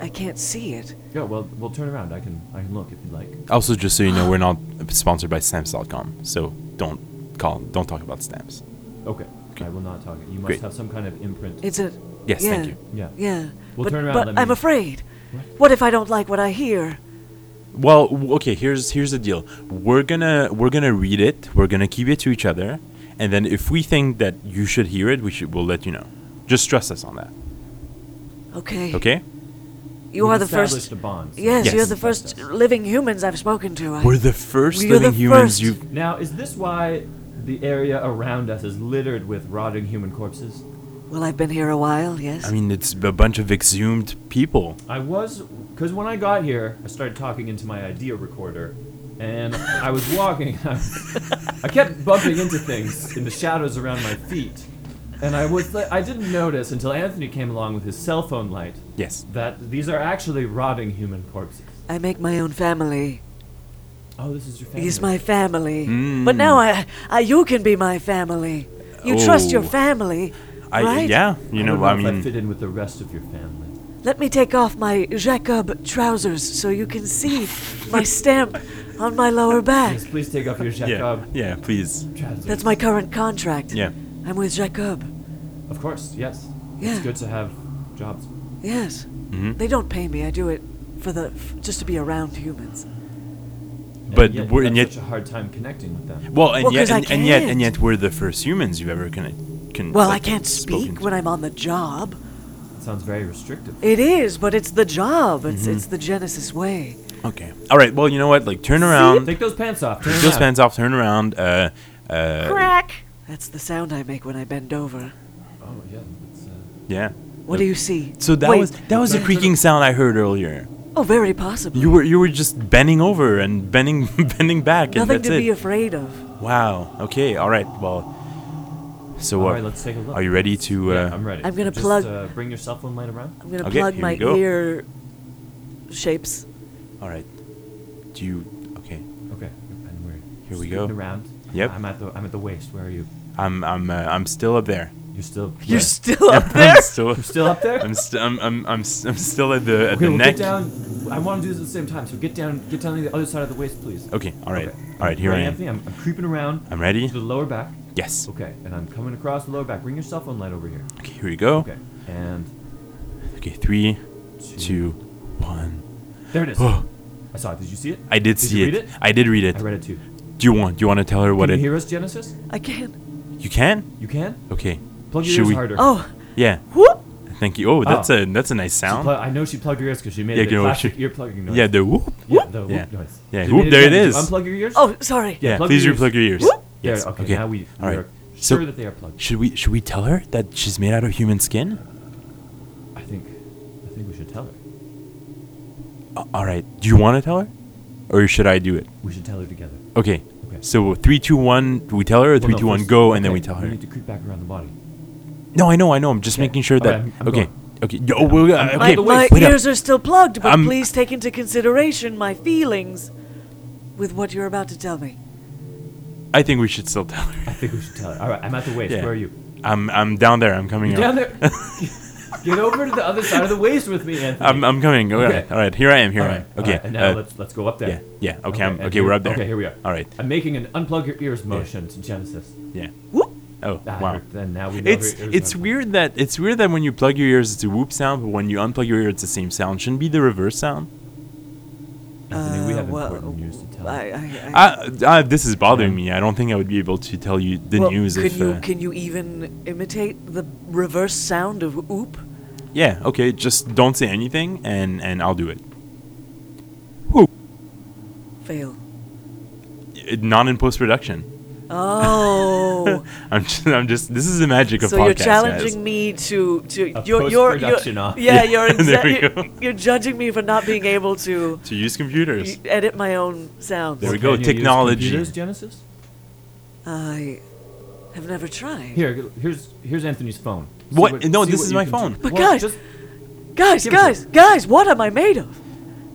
Speaker 3: I can't see it.
Speaker 2: Yeah, well, we'll turn around. I can I can look if you'd like.
Speaker 1: Also, just so you know, we're not sponsored by stamps.com, so don't call, don't talk about stamps.
Speaker 2: Okay. I will not talk. You must
Speaker 1: Great.
Speaker 2: have some kind of imprint.
Speaker 3: It's a.
Speaker 1: Yes,
Speaker 3: yeah,
Speaker 1: thank you.
Speaker 2: yeah.
Speaker 3: Yeah.
Speaker 2: We'll
Speaker 3: but
Speaker 2: turn around,
Speaker 3: but
Speaker 2: let
Speaker 3: I'm
Speaker 2: me-
Speaker 3: afraid.
Speaker 2: What?
Speaker 3: What if I don't like what I hear?
Speaker 1: Well, w- okay. Here's here's the deal. We're gonna we're gonna read it. We're gonna keep it to each other, and then if we think that you should hear it, we should we'll let you know. Just trust us on that,
Speaker 3: Okay.
Speaker 1: okay?
Speaker 3: You
Speaker 2: We've
Speaker 3: are the
Speaker 2: established
Speaker 3: first.
Speaker 2: a bond. so
Speaker 3: Yes,
Speaker 1: Yes.
Speaker 3: you're the
Speaker 2: that's
Speaker 3: first
Speaker 2: us.
Speaker 3: living humans I've spoken to. I,
Speaker 1: We're the 1st
Speaker 3: You're
Speaker 1: living
Speaker 3: the
Speaker 1: humans
Speaker 3: first.
Speaker 1: you.
Speaker 2: Now, is this why the area around us is littered with rotting human corpses?
Speaker 3: well, I've been here a while. Yes.
Speaker 1: I mean, it's a bunch of exhumed people.
Speaker 2: I was, because when I got here, I started talking into my idea recorder, and I was walking. I, I kept bumping into things in the shadows around my feet, and I was, like- I didn't notice until Anthony came along with his cell phone light
Speaker 1: Yes.
Speaker 2: that these are actually rotting human corpses.
Speaker 3: I make my own family.
Speaker 2: Oh, this is your family.
Speaker 3: He's my family.
Speaker 1: Mm.
Speaker 3: But now I, I, you can be my family. You trust your
Speaker 1: Oh.
Speaker 3: family,
Speaker 1: I
Speaker 3: right?
Speaker 1: yeah. You
Speaker 2: I
Speaker 1: know,
Speaker 2: don't
Speaker 1: I
Speaker 2: if I
Speaker 1: mean,
Speaker 2: fit in with the rest of your family.
Speaker 3: Let me take off my Jacob trousers so you can see my stamp on my lower back.
Speaker 2: Yes, please take off your Um,
Speaker 1: Yeah,
Speaker 2: Jacob
Speaker 1: yeah, please.
Speaker 2: trousers.
Speaker 3: That's my current contract.
Speaker 1: Yeah.
Speaker 3: I'm with Jacob.
Speaker 2: Of course, yes.
Speaker 3: Yeah.
Speaker 2: It's good to have jobs.
Speaker 3: Yes.
Speaker 1: Mhm.
Speaker 3: They don't pay me. I do it for the f- just to be around humans.
Speaker 1: But
Speaker 2: and yet,
Speaker 1: we're-
Speaker 2: you
Speaker 1: and
Speaker 2: have
Speaker 1: yet-
Speaker 2: such a hard time connecting with them.
Speaker 1: Well, and
Speaker 3: Well,
Speaker 1: yet,
Speaker 3: 'cause I
Speaker 1: and, and yet, and
Speaker 3: can't.
Speaker 1: yet, we're the first humans you've ever con. con
Speaker 3: Well, I
Speaker 1: like,
Speaker 3: can't
Speaker 1: spoken
Speaker 3: speak when I'm on the job.
Speaker 2: It sounds very restrictive.
Speaker 3: It is, but it's the job. It's
Speaker 1: Mm-hmm.
Speaker 3: it's the Genesis way.
Speaker 1: to. Okay. All right. Well, you know what? Like, turn around.
Speaker 2: Take those pants off. Turn
Speaker 1: Um, Take those
Speaker 2: around.
Speaker 1: pants off. Turn around. Uh, uh,
Speaker 3: Crack. That's the sound I make when I bend over.
Speaker 2: Oh yeah. It's, uh,
Speaker 1: yeah.
Speaker 3: What do you see?
Speaker 1: So that
Speaker 3: Wait.
Speaker 1: was that was a
Speaker 2: Turn- turn-
Speaker 1: creaking sound I heard earlier.
Speaker 3: Oh, very possibly.
Speaker 1: You were you were just bending over and bending bending back, and
Speaker 3: Nothing
Speaker 1: that's
Speaker 3: to
Speaker 1: it.
Speaker 3: be afraid of.
Speaker 1: wow. Okay. All right. Well. So
Speaker 2: all
Speaker 1: what?
Speaker 2: right, let's take a look.
Speaker 1: are you ready to? Uh,
Speaker 2: yeah, I'm ready.
Speaker 3: I'm gonna
Speaker 2: Just,
Speaker 3: plug-
Speaker 2: Uh, bring your cell phone light around.
Speaker 3: I'm gonna
Speaker 1: Okay,
Speaker 3: plug
Speaker 1: here
Speaker 3: my
Speaker 1: we go.
Speaker 3: ear shapes.
Speaker 1: All right. Do you? Okay.
Speaker 2: Okay. And we're
Speaker 1: Here we
Speaker 2: scooting
Speaker 1: go.
Speaker 2: Around.
Speaker 1: Yep.
Speaker 2: I'm at the I'm at the waist. Where are you?
Speaker 1: I'm I'm uh, I'm still up there.
Speaker 2: You're still.
Speaker 3: You're
Speaker 2: where?
Speaker 3: still up there.
Speaker 1: I'm still.
Speaker 2: You're still up there.
Speaker 1: I'm, st- I'm, I'm, I'm, s- I'm still at the at
Speaker 2: okay,
Speaker 1: the
Speaker 2: well,
Speaker 1: neck.
Speaker 2: get down. I want to do this at the same time. So get down. Get down to the other side of the waist, please.
Speaker 1: Okay. All right.
Speaker 2: Okay.
Speaker 1: All right. Here
Speaker 2: Ready,
Speaker 1: I am.
Speaker 2: Anthony, I'm, I'm creeping around
Speaker 1: I'm
Speaker 2: to
Speaker 1: ready.
Speaker 2: the lower back.
Speaker 1: Yes.
Speaker 2: Okay, and I'm coming across the lower back. Bring your cell phone light over here.
Speaker 1: Okay. Here we go.
Speaker 2: Okay, and
Speaker 1: Okay. Three,
Speaker 2: two.
Speaker 1: two, one.
Speaker 2: There it is.
Speaker 1: Oh,
Speaker 2: I saw it. Did you see it?
Speaker 1: I did,
Speaker 2: you
Speaker 1: see
Speaker 2: read
Speaker 1: it.
Speaker 2: it?
Speaker 1: I did read it.
Speaker 2: I read it too.
Speaker 1: Do you want? Do you want to tell her what
Speaker 2: Can you
Speaker 1: it?
Speaker 2: hear us, Genesis?
Speaker 3: I can.
Speaker 1: You can.
Speaker 2: You can?
Speaker 1: Okay.
Speaker 2: Plug your
Speaker 1: Should
Speaker 2: ears
Speaker 1: we-
Speaker 2: harder.
Speaker 3: Oh,
Speaker 1: Yeah.
Speaker 3: whoop.
Speaker 1: Thank you. Oh, that's
Speaker 2: Oh.
Speaker 1: a that's a nice
Speaker 2: She
Speaker 1: sound.
Speaker 2: plu- I know she plugged her ears because she made
Speaker 1: Yeah,
Speaker 2: the
Speaker 1: you know,
Speaker 2: classic
Speaker 1: she-
Speaker 2: ear plugging noise.
Speaker 1: Yeah. The whoop.
Speaker 2: yeah the whoop
Speaker 1: Yeah.
Speaker 2: noise.
Speaker 1: Yeah,
Speaker 2: Did you
Speaker 1: whoop,
Speaker 2: made
Speaker 1: there it
Speaker 2: again? Did you
Speaker 1: is.
Speaker 2: Unplug your ears?
Speaker 3: Oh, sorry.
Speaker 1: Yeah.
Speaker 2: plug
Speaker 1: please
Speaker 2: your
Speaker 1: replug your ears.
Speaker 3: Whoop.
Speaker 2: There,
Speaker 1: Yes.
Speaker 2: okay, now we, we
Speaker 1: All right.
Speaker 2: are
Speaker 1: So-
Speaker 2: sure that they are plugged.
Speaker 1: Should we should we tell her that she's made out of human skin?
Speaker 2: I think I think we should tell her.
Speaker 1: A- all right. Do you want to tell her, or should I do it?
Speaker 2: We should tell her together.
Speaker 1: Okay.
Speaker 2: Okay.
Speaker 1: So three, two, one. We tell her. or
Speaker 2: Well,
Speaker 1: Three,
Speaker 2: no,
Speaker 1: two, one.
Speaker 2: first-
Speaker 1: Go, and then
Speaker 2: okay,
Speaker 1: we tell her.
Speaker 2: We need to creep back around the body.
Speaker 1: No, I know, I know. I'm just
Speaker 2: Okay.
Speaker 1: making sure
Speaker 2: All
Speaker 1: that.
Speaker 2: right, I'm- I'm
Speaker 1: okay.
Speaker 2: going.
Speaker 1: Okay. y- Oh, well, uh,
Speaker 2: I'm-
Speaker 1: okay.
Speaker 2: by the
Speaker 3: My
Speaker 2: way-
Speaker 1: wait up.
Speaker 3: ears are still plugged, but
Speaker 1: I'm-
Speaker 3: please take into consideration my feelings with what you're about to tell me.
Speaker 1: I think we should still tell her.
Speaker 2: I think we should tell her. All right, I'm at the waist.
Speaker 1: Yeah.
Speaker 2: Where are you?
Speaker 1: I'm I'm down there. I'm coming.
Speaker 2: You're
Speaker 1: out.
Speaker 2: down there. Get over to the other side of the waist with me, Anthony.
Speaker 1: I'm I'm coming. Okay. All right. Here I am. Here I am.
Speaker 2: all
Speaker 1: Okay.
Speaker 2: right, and now
Speaker 1: uh,
Speaker 2: let's let's go up there.
Speaker 1: yeah. Yeah. Okay. I'm,
Speaker 2: and
Speaker 1: okay.
Speaker 2: here-
Speaker 1: We're up there.
Speaker 2: Okay, here we are.
Speaker 1: All right.
Speaker 2: I'm making an unplug your ears motion to Genesis.
Speaker 1: Yeah.
Speaker 3: Whoop.
Speaker 1: Oh
Speaker 2: Ah,
Speaker 1: wow.
Speaker 2: Then now we know
Speaker 1: It's
Speaker 2: her ears
Speaker 1: it's
Speaker 2: are-
Speaker 1: weird that it's weird that when you plug your ears it's a whoop sound, but when you unplug your ear it's the same sound. Shouldn't be the reverse sound.
Speaker 2: Anthony, we
Speaker 3: Uh,
Speaker 2: have
Speaker 3: well,
Speaker 2: important news to tell.
Speaker 3: I,
Speaker 2: you.
Speaker 3: I, I,
Speaker 1: I, I, Ah, this is bothering me. I don't think I would be able to tell you the
Speaker 3: well,
Speaker 1: news
Speaker 3: can
Speaker 1: if.
Speaker 3: you
Speaker 1: uh,
Speaker 3: can you even imitate the reverse sound of oop?
Speaker 1: Yeah, okay, just don't say anything and and I'll do it. Woo.
Speaker 3: Fail.
Speaker 1: It- Not in post production.
Speaker 3: Oh,
Speaker 1: I'm just, I'm just this is the magic of
Speaker 3: so
Speaker 1: podcasts.
Speaker 3: you're
Speaker 1: guys.
Speaker 3: challenging me to to
Speaker 2: A
Speaker 3: you're you're, you're
Speaker 2: post-production off.
Speaker 3: yeah you're
Speaker 1: There we
Speaker 3: exactly
Speaker 1: go.
Speaker 3: you're, you're judging me for not being able to
Speaker 1: to use computers.
Speaker 3: y- edit my own sounds.
Speaker 1: There we
Speaker 2: Can
Speaker 1: go,
Speaker 2: you use
Speaker 1: technology.
Speaker 2: computers, Genesis.
Speaker 3: I have never tried.
Speaker 2: Here, here's here's Anthony's phone. See
Speaker 1: What? No,
Speaker 2: see
Speaker 1: this
Speaker 2: what
Speaker 1: is
Speaker 2: you
Speaker 1: my
Speaker 2: can
Speaker 1: phone.
Speaker 2: do.
Speaker 3: But
Speaker 2: Well,
Speaker 3: guys-
Speaker 2: just-
Speaker 3: Guys,
Speaker 2: Give it to
Speaker 3: guys, guys, what am I made of?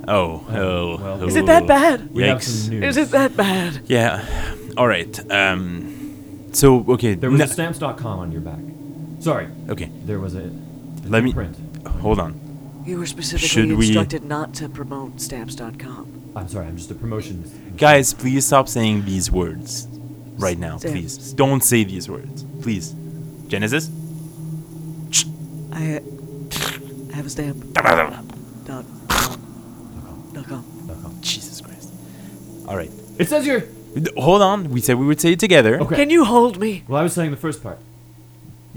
Speaker 1: Oh, oh,
Speaker 2: well.
Speaker 1: oh.
Speaker 3: Is it that bad?
Speaker 2: we have
Speaker 1: Yikes.
Speaker 2: some news.
Speaker 3: Is it that bad?
Speaker 1: Yeah. All right. Um so okay,
Speaker 2: There was
Speaker 1: no-
Speaker 2: a stamps.com on your back. Sorry,
Speaker 1: okay.
Speaker 2: there was a.
Speaker 1: Let me
Speaker 2: print.
Speaker 1: Hold on.
Speaker 3: You were
Speaker 1: Should
Speaker 3: specifically
Speaker 1: we-
Speaker 3: instructed not to promote stamps.com.
Speaker 2: I'm sorry. I'm just a promotion.
Speaker 1: Guys, please stop saying these words right now,
Speaker 3: Sam.
Speaker 1: please. Don't say these words. Please. Genesis?
Speaker 3: I, I have a stamp. Dot com. Dot com.
Speaker 1: Jesus Christ. All right.
Speaker 2: It says you're.
Speaker 1: D- Hold on. We said we would say it together.
Speaker 2: Okay.
Speaker 3: Can you hold me?
Speaker 2: Well, I was saying the first part.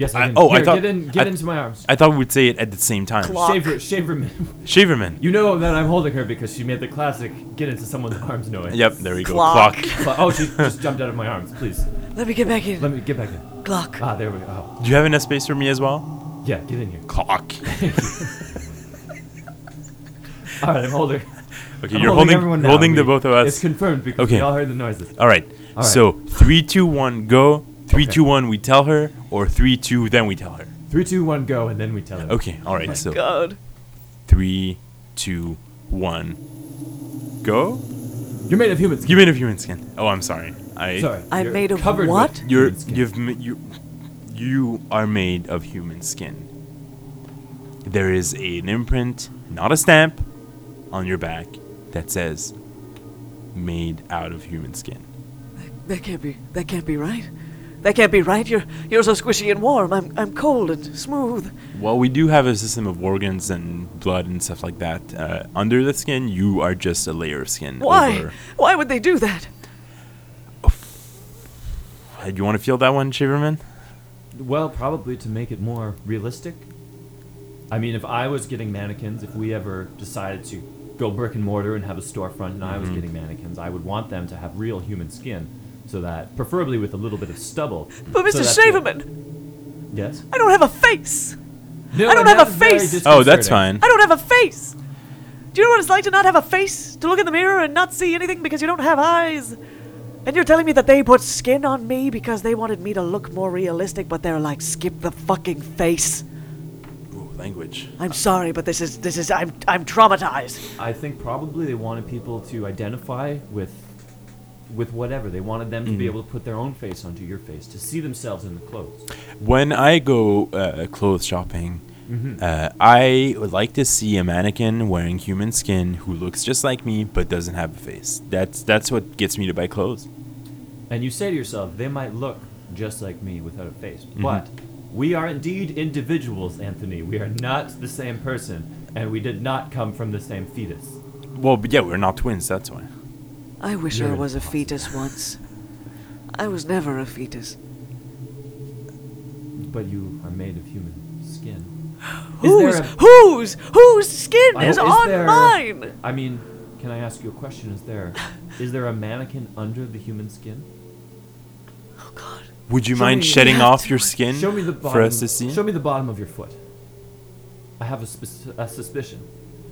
Speaker 2: Yes, I
Speaker 1: I-
Speaker 2: can.
Speaker 1: oh, I
Speaker 2: Here,
Speaker 1: thought-
Speaker 2: Get, in, get
Speaker 1: I-
Speaker 2: into my arms.
Speaker 1: I thought we would say it at the same time.
Speaker 3: Claw. Fuck.
Speaker 2: Shave her, shave her. man.
Speaker 1: Shaverman.
Speaker 2: You know that I'm holding her because she made the classic get into someone's arms noise.
Speaker 1: Yep, there we go.
Speaker 3: Clock.
Speaker 1: Clock.
Speaker 2: But- oh, she just jumped out of my arms. Please,
Speaker 3: Let me get back in.
Speaker 2: let me get back in.
Speaker 3: Clock.
Speaker 2: Ah, there we go.
Speaker 1: Do you have enough space for me as well?
Speaker 2: Oh, yeah, get in here.
Speaker 1: Clock.
Speaker 2: All right, I'm holding.
Speaker 1: Okay,
Speaker 2: I'm
Speaker 1: you're holding
Speaker 2: everyone now.
Speaker 1: holding the
Speaker 2: We-
Speaker 1: both of
Speaker 2: It's
Speaker 1: us.
Speaker 2: confirmed because
Speaker 1: Okay.
Speaker 2: we all heard the noises.
Speaker 1: All right.
Speaker 2: All right.
Speaker 1: So three, two, one, go. Three,
Speaker 2: Okay.
Speaker 1: two, one. we tell her, or three, two, then we tell her.
Speaker 2: Three, two, one, go, and then we tell her.
Speaker 1: Okay. All right. So
Speaker 3: God.
Speaker 1: three, two, one, go.
Speaker 2: You're made of humans.
Speaker 1: You made of human skin. Oh, I'm sorry. I.
Speaker 2: Sorry.
Speaker 3: I'm
Speaker 2: you're
Speaker 3: made of
Speaker 2: covered with
Speaker 3: what?
Speaker 2: human
Speaker 1: You're
Speaker 2: skin.
Speaker 1: you've ma- you, you are made of human skin. there is an imprint, not a stamp, on your back that says made out of human skin.
Speaker 3: That, that can't be. That can't be right. That can't be right. You're you're so squishy and warm. I'm I'm cold and smooth.
Speaker 1: Well, we do have a system of organs and blood and stuff like that. Uh, under the skin, you are just a layer of skin.
Speaker 3: Why?
Speaker 1: Over.
Speaker 3: Why would they do that?
Speaker 1: Uh, Do you want to feel that one, Shiverman?
Speaker 2: Well, probably to make it more realistic. I mean, if I was getting mannequins, if we ever decided to go brick and mortar and have a storefront and I
Speaker 1: Mm-hmm.
Speaker 2: was getting mannequins, I would want them to have real human skin. So that, preferably with a little bit of stubble.
Speaker 3: But
Speaker 2: so
Speaker 3: Mr.
Speaker 2: that-
Speaker 3: Shaverman,
Speaker 2: Yes?
Speaker 3: I don't have a face.
Speaker 2: No,
Speaker 3: I don't
Speaker 2: and
Speaker 3: have
Speaker 2: that
Speaker 3: a
Speaker 2: was very
Speaker 3: face!
Speaker 1: Oh, that's fine.
Speaker 2: disconcerting.
Speaker 3: I don't have a face. Do you know what it's like to not have a face? To look in the mirror and not see anything because you don't have eyes. And you're telling me that they put skin on me because they wanted me to look more realistic, but they're like, skip the fucking face.
Speaker 1: Ooh, language.
Speaker 3: I'm sorry, but this is this is I'm I'm traumatized.
Speaker 2: I think probably they wanted people to identify with with whatever. They wanted them to
Speaker 1: Mm-hmm.
Speaker 2: be able to put their own face onto your face, to see themselves in the clothes.
Speaker 1: When I go uh, clothes shopping,
Speaker 2: Mm-hmm.
Speaker 1: uh, I would like to see a mannequin wearing human skin who looks just like me but doesn't have a face. That's that's what gets me to buy clothes.
Speaker 2: And you say to yourself, they might look just like me without a face,
Speaker 1: Mm-hmm.
Speaker 2: but we are indeed individuals, Anthony. We are not the same person, and we did not come from the same fetus.
Speaker 1: Well, but yeah, we're not twins. That's why.
Speaker 3: I wish
Speaker 2: You're
Speaker 3: I
Speaker 2: an
Speaker 3: was a fetus once. I was never a fetus.
Speaker 2: But you are made of human skin.
Speaker 3: Whose
Speaker 2: a-
Speaker 3: whose whose skin
Speaker 2: I-
Speaker 3: is
Speaker 2: is
Speaker 3: on
Speaker 2: there-
Speaker 3: mine?
Speaker 2: I mean, can I ask you a question? Is there is there a mannequin under the human skin?
Speaker 3: Oh God.
Speaker 1: Would you
Speaker 3: Show
Speaker 1: mind
Speaker 3: me-
Speaker 1: shedding
Speaker 3: you
Speaker 1: off
Speaker 3: have
Speaker 1: your
Speaker 3: to-
Speaker 1: skin
Speaker 2: Show me the bottom.
Speaker 1: for us to see?
Speaker 2: Show me the bottom of your foot. I have a, spec- a suspicion.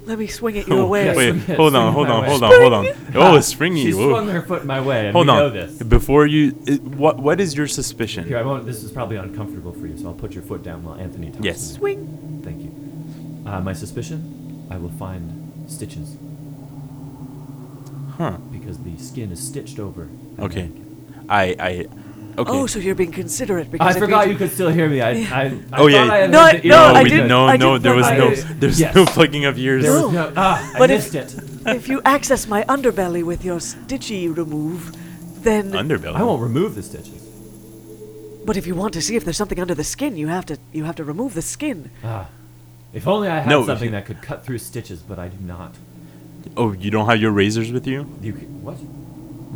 Speaker 3: Let me swing it you
Speaker 1: Oh,
Speaker 3: away.
Speaker 1: Wait,
Speaker 2: Yes,
Speaker 1: hold on,
Speaker 2: swing
Speaker 1: hold
Speaker 2: my
Speaker 1: on,
Speaker 2: way.
Speaker 1: hold on, hold on. Oh, it's springy.
Speaker 2: She
Speaker 1: whoa.
Speaker 2: swung her foot my way. And
Speaker 1: Hold
Speaker 2: we
Speaker 1: on.
Speaker 2: Know this.
Speaker 1: Before you, it, what what is your suspicion?
Speaker 2: Here, I won't. This is probably uncomfortable for you, so I'll put your foot down while Anthony talks.
Speaker 1: Yes.
Speaker 2: to me.
Speaker 3: Swing.
Speaker 2: Thank you. Uh, my suspicion: I will find stitches
Speaker 1: Huh.
Speaker 2: because the skin is stitched over. that
Speaker 1: Okay.
Speaker 2: mannequin.
Speaker 1: I I. Okay.
Speaker 3: Oh, so you're being considerate because
Speaker 2: I
Speaker 3: if
Speaker 2: forgot
Speaker 3: you
Speaker 2: you could still hear me. I. I, I
Speaker 1: Oh, yeah.
Speaker 2: thought I had
Speaker 3: No,
Speaker 2: meant to- you
Speaker 3: no,
Speaker 2: know,
Speaker 3: I
Speaker 1: we
Speaker 2: we
Speaker 3: did-
Speaker 1: no,
Speaker 3: I
Speaker 1: no,
Speaker 3: did
Speaker 1: there was
Speaker 3: plug
Speaker 1: no,
Speaker 2: my ears.
Speaker 1: there's
Speaker 2: Yes.
Speaker 1: no plugging of yours.
Speaker 2: There
Speaker 3: No.
Speaker 2: was no. Ah, I
Speaker 3: But if-
Speaker 2: missed it.
Speaker 3: if you access my underbelly with your stitchy remove, then.
Speaker 1: Underbelly.
Speaker 2: I won't remove the stitches.
Speaker 3: but if you want to see if there's something under the skin, you have to you have to remove the skin.
Speaker 2: Ah, if only I had
Speaker 1: No,
Speaker 2: something
Speaker 1: you-
Speaker 2: that could cut through stitches, but I do not.
Speaker 1: Oh, you don't have your razors with you?
Speaker 2: You c- what?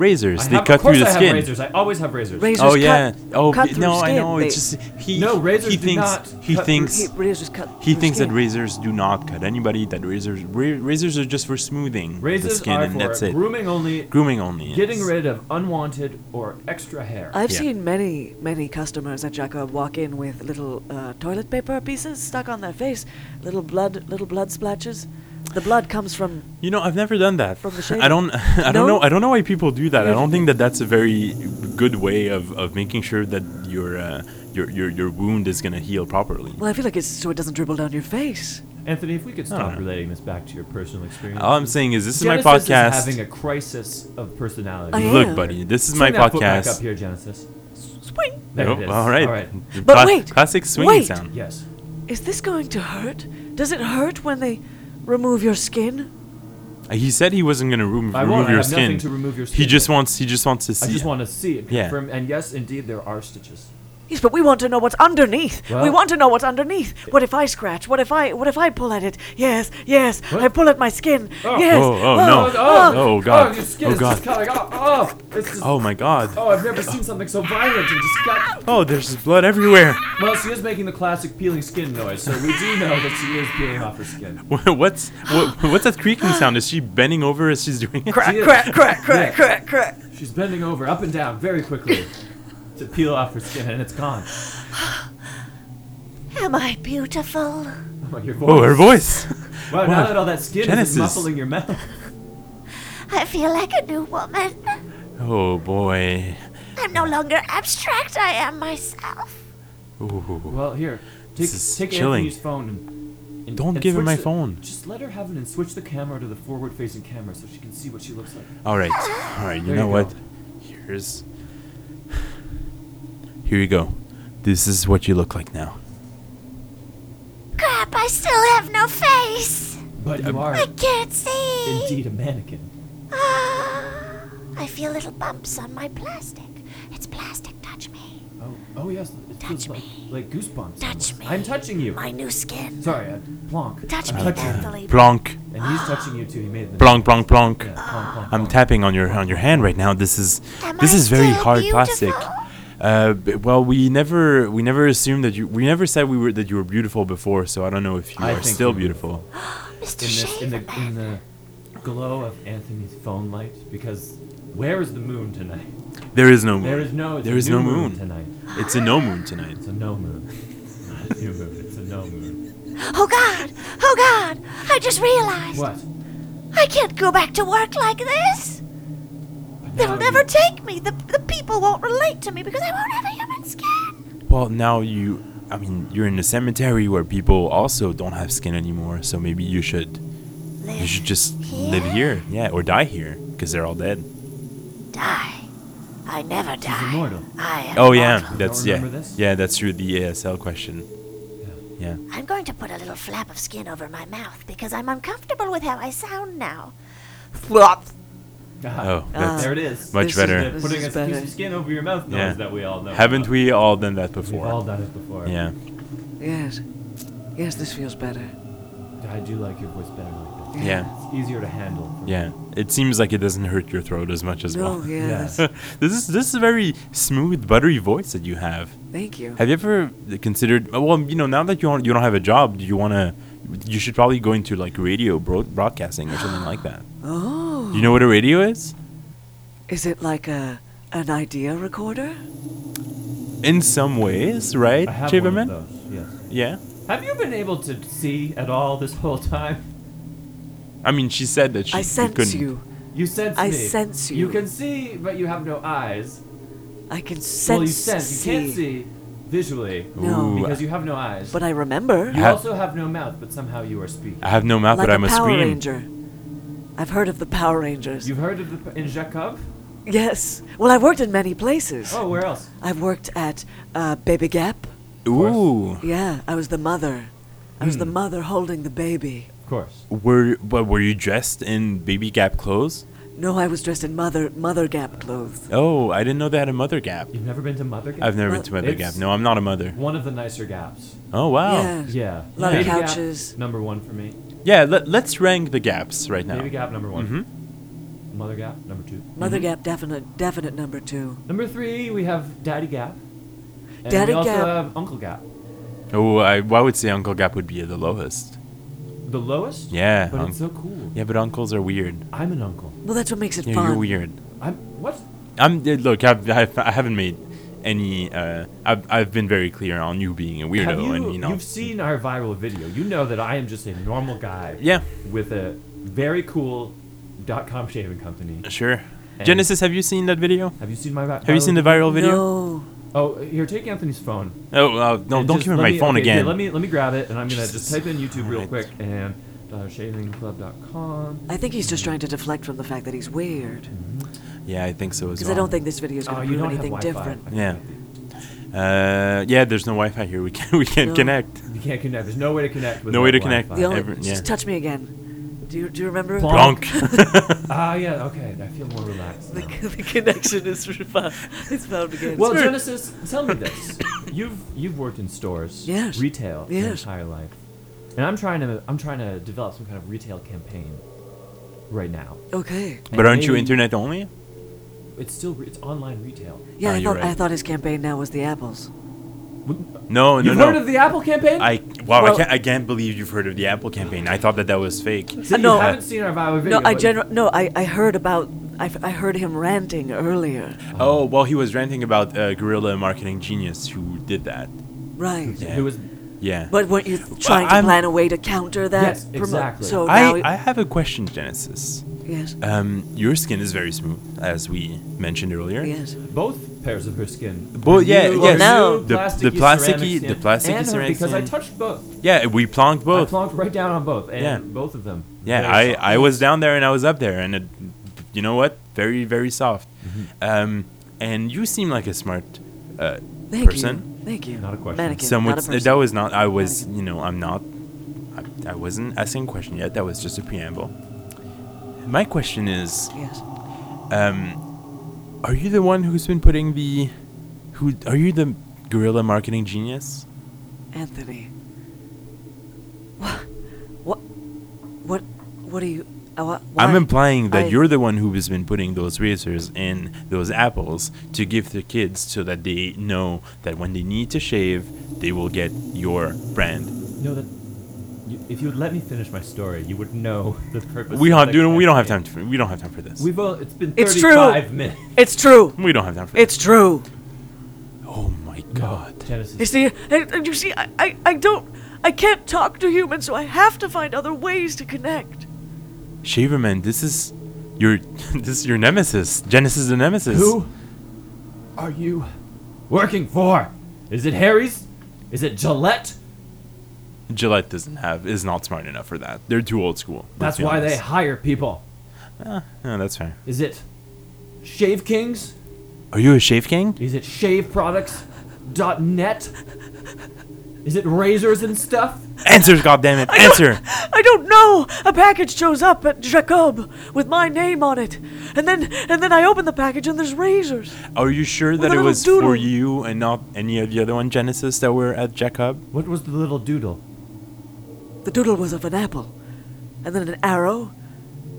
Speaker 1: Razors.
Speaker 2: I
Speaker 1: they
Speaker 2: have-
Speaker 1: cut
Speaker 2: of course
Speaker 1: through the
Speaker 2: I
Speaker 1: skin.
Speaker 2: Have razors. I always have razors.
Speaker 3: Razors
Speaker 1: Oh
Speaker 3: cut-
Speaker 1: yeah. oh
Speaker 3: cut
Speaker 1: b-
Speaker 3: through
Speaker 1: no, I
Speaker 3: skin.
Speaker 1: know.
Speaker 3: They,
Speaker 1: It's just he.
Speaker 2: No, razors
Speaker 1: He
Speaker 2: do
Speaker 1: thinks.
Speaker 2: not
Speaker 1: he
Speaker 2: cut through
Speaker 1: thinks.
Speaker 3: he, razors cut.
Speaker 1: He
Speaker 3: through
Speaker 1: thinks
Speaker 3: skin.
Speaker 1: that razors do not cut anybody. That razors ra- razors are just for smoothing the
Speaker 2: Razors
Speaker 1: skin,
Speaker 2: are
Speaker 1: and
Speaker 2: for
Speaker 1: that's it.
Speaker 2: grooming only,
Speaker 1: Grooming only. yes.
Speaker 2: getting rid of unwanted or extra hair.
Speaker 3: I've
Speaker 1: Yeah.
Speaker 3: seen many, many customers at Jacob walk in with little uh, toilet paper pieces stuck on their face, little blood, little blood splatches. The blood comes from.
Speaker 1: You know, I've never done that.
Speaker 3: From the
Speaker 1: I
Speaker 3: shaving.
Speaker 1: don't. I don't
Speaker 3: No?
Speaker 1: know. I don't know why people do that. I
Speaker 3: Yeah.
Speaker 1: don't think that that's a very good way of, of making sure that your uh, your your your wound is gonna heal properly.
Speaker 3: Well, I feel like it's so it doesn't dribble down your face.
Speaker 2: Anthony, if we could
Speaker 1: don't
Speaker 2: stop
Speaker 1: know.
Speaker 2: relating this back to your personal experience.
Speaker 1: All I'm saying is, this is
Speaker 2: Genesis
Speaker 1: my
Speaker 2: Is having
Speaker 1: podcast.
Speaker 2: a crisis of personality.
Speaker 3: I am.
Speaker 1: Look, buddy, this is
Speaker 2: Swing
Speaker 1: my
Speaker 2: that foot back up
Speaker 1: podcast.
Speaker 2: here, Genesis.
Speaker 3: Swing.
Speaker 2: There
Speaker 1: Nope,
Speaker 2: it is.
Speaker 1: All right.
Speaker 2: All right.
Speaker 3: But
Speaker 1: Cla-
Speaker 3: wait,
Speaker 1: Classic swinging
Speaker 3: wait.
Speaker 1: sound.
Speaker 2: Yes.
Speaker 3: Is this going to hurt? Does it hurt when they remove your skin?
Speaker 1: Uh, He said he wasn't gonna remo- remove,
Speaker 2: I won't. I
Speaker 1: your
Speaker 2: have
Speaker 1: skin.
Speaker 2: nothing to remove your skin.
Speaker 1: He just
Speaker 2: with.
Speaker 1: wants. He just wants to see.
Speaker 2: I just want to see it
Speaker 1: Yeah.
Speaker 2: confirmed. And yes, indeed, there are stitches.
Speaker 3: Yes, but we want to know what's underneath. we
Speaker 2: Well-
Speaker 3: want to know what's underneath. What if I scratch? What if I? What if I pull at it? Yes, yes. I
Speaker 2: What?
Speaker 3: pull at my skin.
Speaker 2: Oh.
Speaker 3: Yes.
Speaker 1: Oh, oh, no.
Speaker 3: oh.
Speaker 1: Oh, God.
Speaker 2: Oh, your skin
Speaker 1: Oh,
Speaker 2: is just
Speaker 1: God.
Speaker 2: coming off. Oh, it's just.
Speaker 1: Oh my God.
Speaker 2: Oh, I've never seen something so violent and just got.
Speaker 1: Oh, there's blood everywhere.
Speaker 2: Well, she is making the classic peeling skin noise, so we do know that she is peeling off her skin.
Speaker 1: what's what, what's that creaking sound? Is she bending over as she's doing it?
Speaker 3: Crack,
Speaker 2: Yes.
Speaker 3: crack, crack, crack,
Speaker 2: Yeah.
Speaker 3: crack, crack.
Speaker 2: She's bending over, up and down, very quickly to peel off her skin, and it's gone.
Speaker 3: Am I beautiful?
Speaker 2: Oh, your voice.
Speaker 1: Oh, her voice.
Speaker 2: Wow,
Speaker 1: wow.
Speaker 2: now that all that skin
Speaker 1: Genesis.
Speaker 2: is muffling your mouth.
Speaker 4: I feel like a new woman.
Speaker 1: Oh boy.
Speaker 4: I'm no longer abstract, I am myself.
Speaker 1: Ooh.
Speaker 2: Well, here, take,
Speaker 1: This is
Speaker 2: take
Speaker 1: chilling.
Speaker 2: Anthony's phone and. and
Speaker 1: Don't
Speaker 2: and
Speaker 1: give her
Speaker 2: switch
Speaker 1: my
Speaker 2: the-
Speaker 1: phone.
Speaker 2: Just let her have it and switch the camera to the forward facing camera so she can see what she looks like.
Speaker 1: All right. All right. You
Speaker 2: There
Speaker 1: know
Speaker 2: you
Speaker 1: what?
Speaker 2: go.
Speaker 1: Here's. Here you go. This is what you look like now.
Speaker 4: Crap! I still have no face.
Speaker 2: But you are
Speaker 4: I can't see.
Speaker 2: indeed a mannequin.
Speaker 4: Ah, I feel little bumps on my plastic. It's plastic. Touch me.
Speaker 2: Oh, oh yes, it feels
Speaker 4: Touch
Speaker 2: like,
Speaker 4: me.
Speaker 2: like goosebumps.
Speaker 4: Touch
Speaker 2: almost.
Speaker 4: me.
Speaker 2: I'm touching you.
Speaker 4: My new skin.
Speaker 2: Sorry, uh, Plonk.
Speaker 4: Touch
Speaker 2: I'm
Speaker 4: me,
Speaker 2: touching you.
Speaker 4: Nathalie.
Speaker 1: Plonk,
Speaker 2: And he's touching you too. He made the
Speaker 1: plonk, plonk, plonk.
Speaker 2: Yeah, plonk, plonk,
Speaker 1: I'm
Speaker 2: plonk.
Speaker 1: tapping on your on your hand right now. This is
Speaker 4: Am
Speaker 1: this
Speaker 4: I
Speaker 1: is very
Speaker 4: still
Speaker 1: hard plastic.
Speaker 4: beautiful?
Speaker 1: Uh, b- well, we never we never assumed that you we never said we were that you were beautiful before. So I don't know if you
Speaker 2: I
Speaker 1: are
Speaker 2: think
Speaker 1: still
Speaker 2: you're
Speaker 1: beautiful.
Speaker 4: Mr.
Speaker 2: in this in
Speaker 4: Shaver.
Speaker 2: the in the glow of Anthony's phone light because where is the moon tonight?
Speaker 1: There is no moon.
Speaker 2: There is no it's a
Speaker 1: There is
Speaker 2: new
Speaker 1: no moon.
Speaker 2: tonight.
Speaker 1: It's a no moon tonight.
Speaker 2: It's a no moon. Not a new moon. It's a no moon.
Speaker 4: Oh God! Oh God! I just realized
Speaker 2: What?
Speaker 4: I can't go back to work like this.
Speaker 2: But
Speaker 4: They'll
Speaker 2: now
Speaker 4: never
Speaker 2: you-
Speaker 4: take me. The, the people won't relate to me because I won't have a human skin.
Speaker 1: Well, now you. I mean, you're in a cemetery where people also don't have skin anymore. So maybe you should you should
Speaker 4: Live,
Speaker 1: just live here, yeah, or die here because they're all dead.
Speaker 4: die. I never die.
Speaker 2: immortal.
Speaker 4: I am.
Speaker 1: Oh yeah,
Speaker 4: immortal.
Speaker 1: that's
Speaker 2: Y'all
Speaker 1: yeah,
Speaker 2: remember this?
Speaker 1: yeah, that's your the ASL question. Yeah.
Speaker 4: I'm going to put a little flap of skin over my mouth because I'm uncomfortable with how I sound now. Flop.
Speaker 2: Ah,
Speaker 1: Oh, that's
Speaker 2: there it is.
Speaker 1: much
Speaker 3: This is
Speaker 1: better.
Speaker 2: The
Speaker 3: This
Speaker 2: putting
Speaker 3: is
Speaker 2: a piece
Speaker 3: better.
Speaker 2: of skin over your mouth noise
Speaker 1: Yeah.
Speaker 2: that we all know.
Speaker 1: haven't
Speaker 2: about.
Speaker 1: we all done that
Speaker 2: Oh, We've all
Speaker 1: before?
Speaker 2: done it before.
Speaker 1: Yeah.
Speaker 3: Yes. Yes, this feels better.
Speaker 2: I do like your voice better like that.
Speaker 1: Yeah.
Speaker 2: It's easier to handle. for me.
Speaker 1: Yeah. It seems like it doesn't hurt your throat as much as
Speaker 3: No,
Speaker 1: well.
Speaker 3: yes.
Speaker 1: this is this is a very smooth, buttery voice that you have.
Speaker 3: Thank you.
Speaker 1: Have you ever considered? Well, you know, now that you don't, you don't have a job, do you want to? You should probably go into like radio broad- broadcasting or something like that.
Speaker 3: Oh.
Speaker 1: You know what a radio is?
Speaker 3: Is it like a an idea recorder?
Speaker 1: In some ways, right,
Speaker 2: I have
Speaker 1: Chaverman?
Speaker 2: one of those. Yes.
Speaker 1: Yeah.
Speaker 2: Have you been able to see at all this whole time?
Speaker 1: I mean, she said that she
Speaker 3: I
Speaker 1: you
Speaker 3: sense
Speaker 1: couldn't.
Speaker 3: you.
Speaker 2: You sense
Speaker 3: I
Speaker 2: me.
Speaker 3: sense
Speaker 2: You
Speaker 3: you.
Speaker 2: can see, but you have no eyes.
Speaker 3: I can sense.
Speaker 2: well, you sense. You can't see visually
Speaker 3: No.
Speaker 1: Ooh,
Speaker 2: because you have no eyes.
Speaker 3: But I remember.
Speaker 2: you
Speaker 1: have-
Speaker 2: also have no mouth, but somehow you are speaking.
Speaker 1: I have no mouth,
Speaker 3: like
Speaker 1: but I'm
Speaker 3: a
Speaker 1: a
Speaker 3: Power
Speaker 1: scream.
Speaker 3: Ranger. I've heard of the Power Rangers.
Speaker 2: You've heard of the in Jacob?
Speaker 3: yes. Well, I worked in many places.
Speaker 2: Oh, where else?
Speaker 3: I've worked at uh, Baby Gap.
Speaker 1: Ooh.
Speaker 3: Yeah, I was the mother. I was the mother holding the baby.
Speaker 2: Of course.
Speaker 1: Were but were you dressed in baby gap clothes?
Speaker 3: No, I was dressed in mother mother gap clothes.
Speaker 1: Oh, I didn't know they had a mother gap.
Speaker 2: You've never been to Mother Gap?
Speaker 1: I've never been
Speaker 3: Well,
Speaker 1: to mother gap.
Speaker 2: it's-
Speaker 1: No, I'm not a mother.
Speaker 2: One of the nicer gaps.
Speaker 1: Oh wow.
Speaker 3: Yeah.
Speaker 2: Yeah.
Speaker 3: A lot of
Speaker 2: Baby Gap,
Speaker 3: couches.
Speaker 2: number one for me.
Speaker 1: Yeah, let, let's rank the gaps right now.
Speaker 2: Baby Gap number one.
Speaker 1: Mhm.
Speaker 2: Mother Gap number two.
Speaker 3: Mother gap definite definite number two.
Speaker 2: Number three, we have Daddy Gap. And
Speaker 3: Daddy
Speaker 2: we also
Speaker 3: Gap.
Speaker 2: have Uncle Gap.
Speaker 1: Oh, I, I would say Uncle Gap would be the lowest.
Speaker 2: The lowest?
Speaker 1: Yeah, um,
Speaker 2: But
Speaker 1: Unc-
Speaker 2: it's so cool.
Speaker 1: Yeah, but uncles are weird.
Speaker 2: I'm an uncle.
Speaker 3: Well, that's what makes it
Speaker 1: Yeah,
Speaker 3: fun.
Speaker 1: you're weird.
Speaker 2: I'm what?
Speaker 1: I'm uh, look. I've, I've I haven't made any. Uh, I've I've been very clear on you being a weirdo
Speaker 2: Have you,
Speaker 1: and you know.
Speaker 2: have seen our viral video. You know that I am just a normal guy.
Speaker 1: Yeah.
Speaker 2: With a very cool dot com shaving company.
Speaker 1: Sure.
Speaker 2: And-
Speaker 1: Genesis, have you seen that video?
Speaker 2: Have you seen my vi-
Speaker 1: Have you seen the viral video?
Speaker 3: No.
Speaker 2: Oh, here, take Anthony's phone.
Speaker 1: Oh, uh, no!
Speaker 2: And
Speaker 1: Don't
Speaker 2: just
Speaker 1: give me
Speaker 2: let
Speaker 1: my
Speaker 2: me-
Speaker 1: phone
Speaker 2: okay, yeah,
Speaker 1: again.
Speaker 2: let me let me grab it, and I'm gonna
Speaker 1: Jesus.
Speaker 2: just type in YouTube real
Speaker 1: Alright.
Speaker 2: quick and uh, dollarshavingclub.com.
Speaker 3: I think he's just trying to deflect from the fact that he's weird.
Speaker 1: Yeah, I think so as
Speaker 3: Because
Speaker 1: well.
Speaker 3: I don't think this video is going
Speaker 2: Oh,
Speaker 3: to
Speaker 2: you
Speaker 3: prove
Speaker 2: don't have
Speaker 3: anything
Speaker 2: Wi-Fi.
Speaker 3: different.
Speaker 1: Yeah. Uh, yeah, there's no Wi-Fi here. We can't. We can't
Speaker 3: No.
Speaker 1: connect.
Speaker 2: You can't connect. There's no way to connect. With
Speaker 1: No way to connect.
Speaker 3: The only,
Speaker 1: Every- yeah.
Speaker 3: Just touch me again. Do you, do you remember?
Speaker 2: Plonk.
Speaker 1: Blanc.
Speaker 2: Ah, yeah. Okay, I feel more relaxed.
Speaker 3: The,
Speaker 2: now.
Speaker 3: the connection is found. It's found again.
Speaker 2: Well,
Speaker 1: Sure.
Speaker 2: Genesis, tell me this: you've you've worked in stores,
Speaker 3: Yes.
Speaker 2: retail, your
Speaker 3: Yes.
Speaker 2: entire life, and I'm trying to I'm trying to develop some kind of retail campaign right now.
Speaker 3: okay.
Speaker 1: but aren't you
Speaker 2: Maybe-
Speaker 1: internet only?
Speaker 2: It's still re- it's online retail.
Speaker 3: Yeah,
Speaker 1: Ah,
Speaker 3: I
Speaker 1: you're
Speaker 3: thought I
Speaker 1: right.
Speaker 3: thought his campaign now was the apples.
Speaker 1: No, no,
Speaker 2: you've
Speaker 1: no.
Speaker 2: heard of the Apple campaign?
Speaker 1: I wow,
Speaker 3: Well-
Speaker 1: I can't I can't believe you've heard of the Apple campaign. I thought that that was fake.
Speaker 2: so you
Speaker 3: no.
Speaker 2: haven't seen our viral video.
Speaker 3: No, I
Speaker 2: but-
Speaker 3: gener- no, I, I heard about I, f- I heard him ranting earlier.
Speaker 1: Oh well, he was ranting about uh, guerrilla marketing genius who did that.
Speaker 3: Right.
Speaker 1: Yeah.
Speaker 2: Who was
Speaker 1: Yeah.
Speaker 3: But weren't you trying to
Speaker 1: I'm-
Speaker 3: plan a way to counter that?
Speaker 2: Yes,
Speaker 3: promo-
Speaker 2: exactly.
Speaker 3: So now,
Speaker 1: I I have a question, Genesis.
Speaker 3: yes,
Speaker 1: Um, your skin is very smooth, as we mentioned earlier.
Speaker 3: yes.
Speaker 2: both pairs of her skin.
Speaker 1: Both- yeah,
Speaker 2: You
Speaker 1: yeah.
Speaker 2: are
Speaker 3: No.
Speaker 2: new
Speaker 1: The-
Speaker 2: plasticky
Speaker 1: the
Speaker 2: ceramic
Speaker 1: plasticky-
Speaker 2: skin,
Speaker 1: the plasticky
Speaker 2: and her,
Speaker 1: ceramic
Speaker 2: because I
Speaker 1: skin.
Speaker 2: touched both.
Speaker 1: Yeah, we plonked
Speaker 2: I
Speaker 1: both.
Speaker 2: plonked right down on both, and
Speaker 1: Yeah.
Speaker 2: both of them.
Speaker 1: Yeah,
Speaker 2: Very soft.
Speaker 1: I, I was down there and I was up there, and it, you know what? Very, very soft. Um, and you seem like a smart uh,
Speaker 3: Thank
Speaker 1: person.
Speaker 3: you. Thank you.
Speaker 2: Not a question.
Speaker 3: Mannequin.
Speaker 1: Some
Speaker 3: not
Speaker 1: would
Speaker 3: a
Speaker 1: s-
Speaker 3: person.
Speaker 1: that was not. I was,
Speaker 3: Mannequin.
Speaker 1: you know, I'm not. I wasn't asking a question yet. That was just a preamble. My question is,
Speaker 3: Yes.
Speaker 1: um, are you the one who's been putting the, who are you the guerrilla marketing genius?
Speaker 3: Anthony. What? What? What? What are you? Uh, wha-
Speaker 1: I'm
Speaker 3: why?
Speaker 1: implying that
Speaker 3: I-
Speaker 1: you're the one who has been putting those razors in those apples to give the kids so that they know that when they need to shave, they will get your brand.
Speaker 2: No, that. You, if you would let me finish my story, you would know the purpose.
Speaker 1: We
Speaker 2: of
Speaker 1: don't,
Speaker 2: the
Speaker 1: do, we don't have time
Speaker 2: campaign.
Speaker 1: for we don't have time for this.
Speaker 2: We've all, it's been
Speaker 3: It's
Speaker 2: 35
Speaker 3: true.
Speaker 2: minutes.
Speaker 3: It's true.
Speaker 1: we don't have time for
Speaker 3: It's true.
Speaker 1: this. Oh my god.
Speaker 2: Genesis.
Speaker 3: You see, and, and you see, I, I, I don't, I can't talk to humans, so I have to find other ways to connect.
Speaker 1: Shaverman, this is your this is your nemesis. Genesis the nemesis.
Speaker 2: Who are you working for? Is it Harry's? Is it Gillette?
Speaker 1: Gillette doesn't have is not smart enough for that. They're too old school.
Speaker 2: That's why they hire people.
Speaker 1: they. no, that's fair.
Speaker 2: Is it Shave Kings?
Speaker 1: Are you a shave king?
Speaker 2: Is it shaveproducts.net? Is it razors and stuff?
Speaker 1: Answer, goddammit! Answer.
Speaker 3: I don't know. A package shows up at Jacob with my name on it, and then, and then I open the package and there's razors.
Speaker 1: Are you sure that
Speaker 3: a
Speaker 1: it
Speaker 3: little
Speaker 1: was
Speaker 3: doodle.
Speaker 1: for you and not any of the other one Genesis that were at Jacob?
Speaker 2: What was the little doodle?
Speaker 3: The doodle was of an apple, and then an arrow,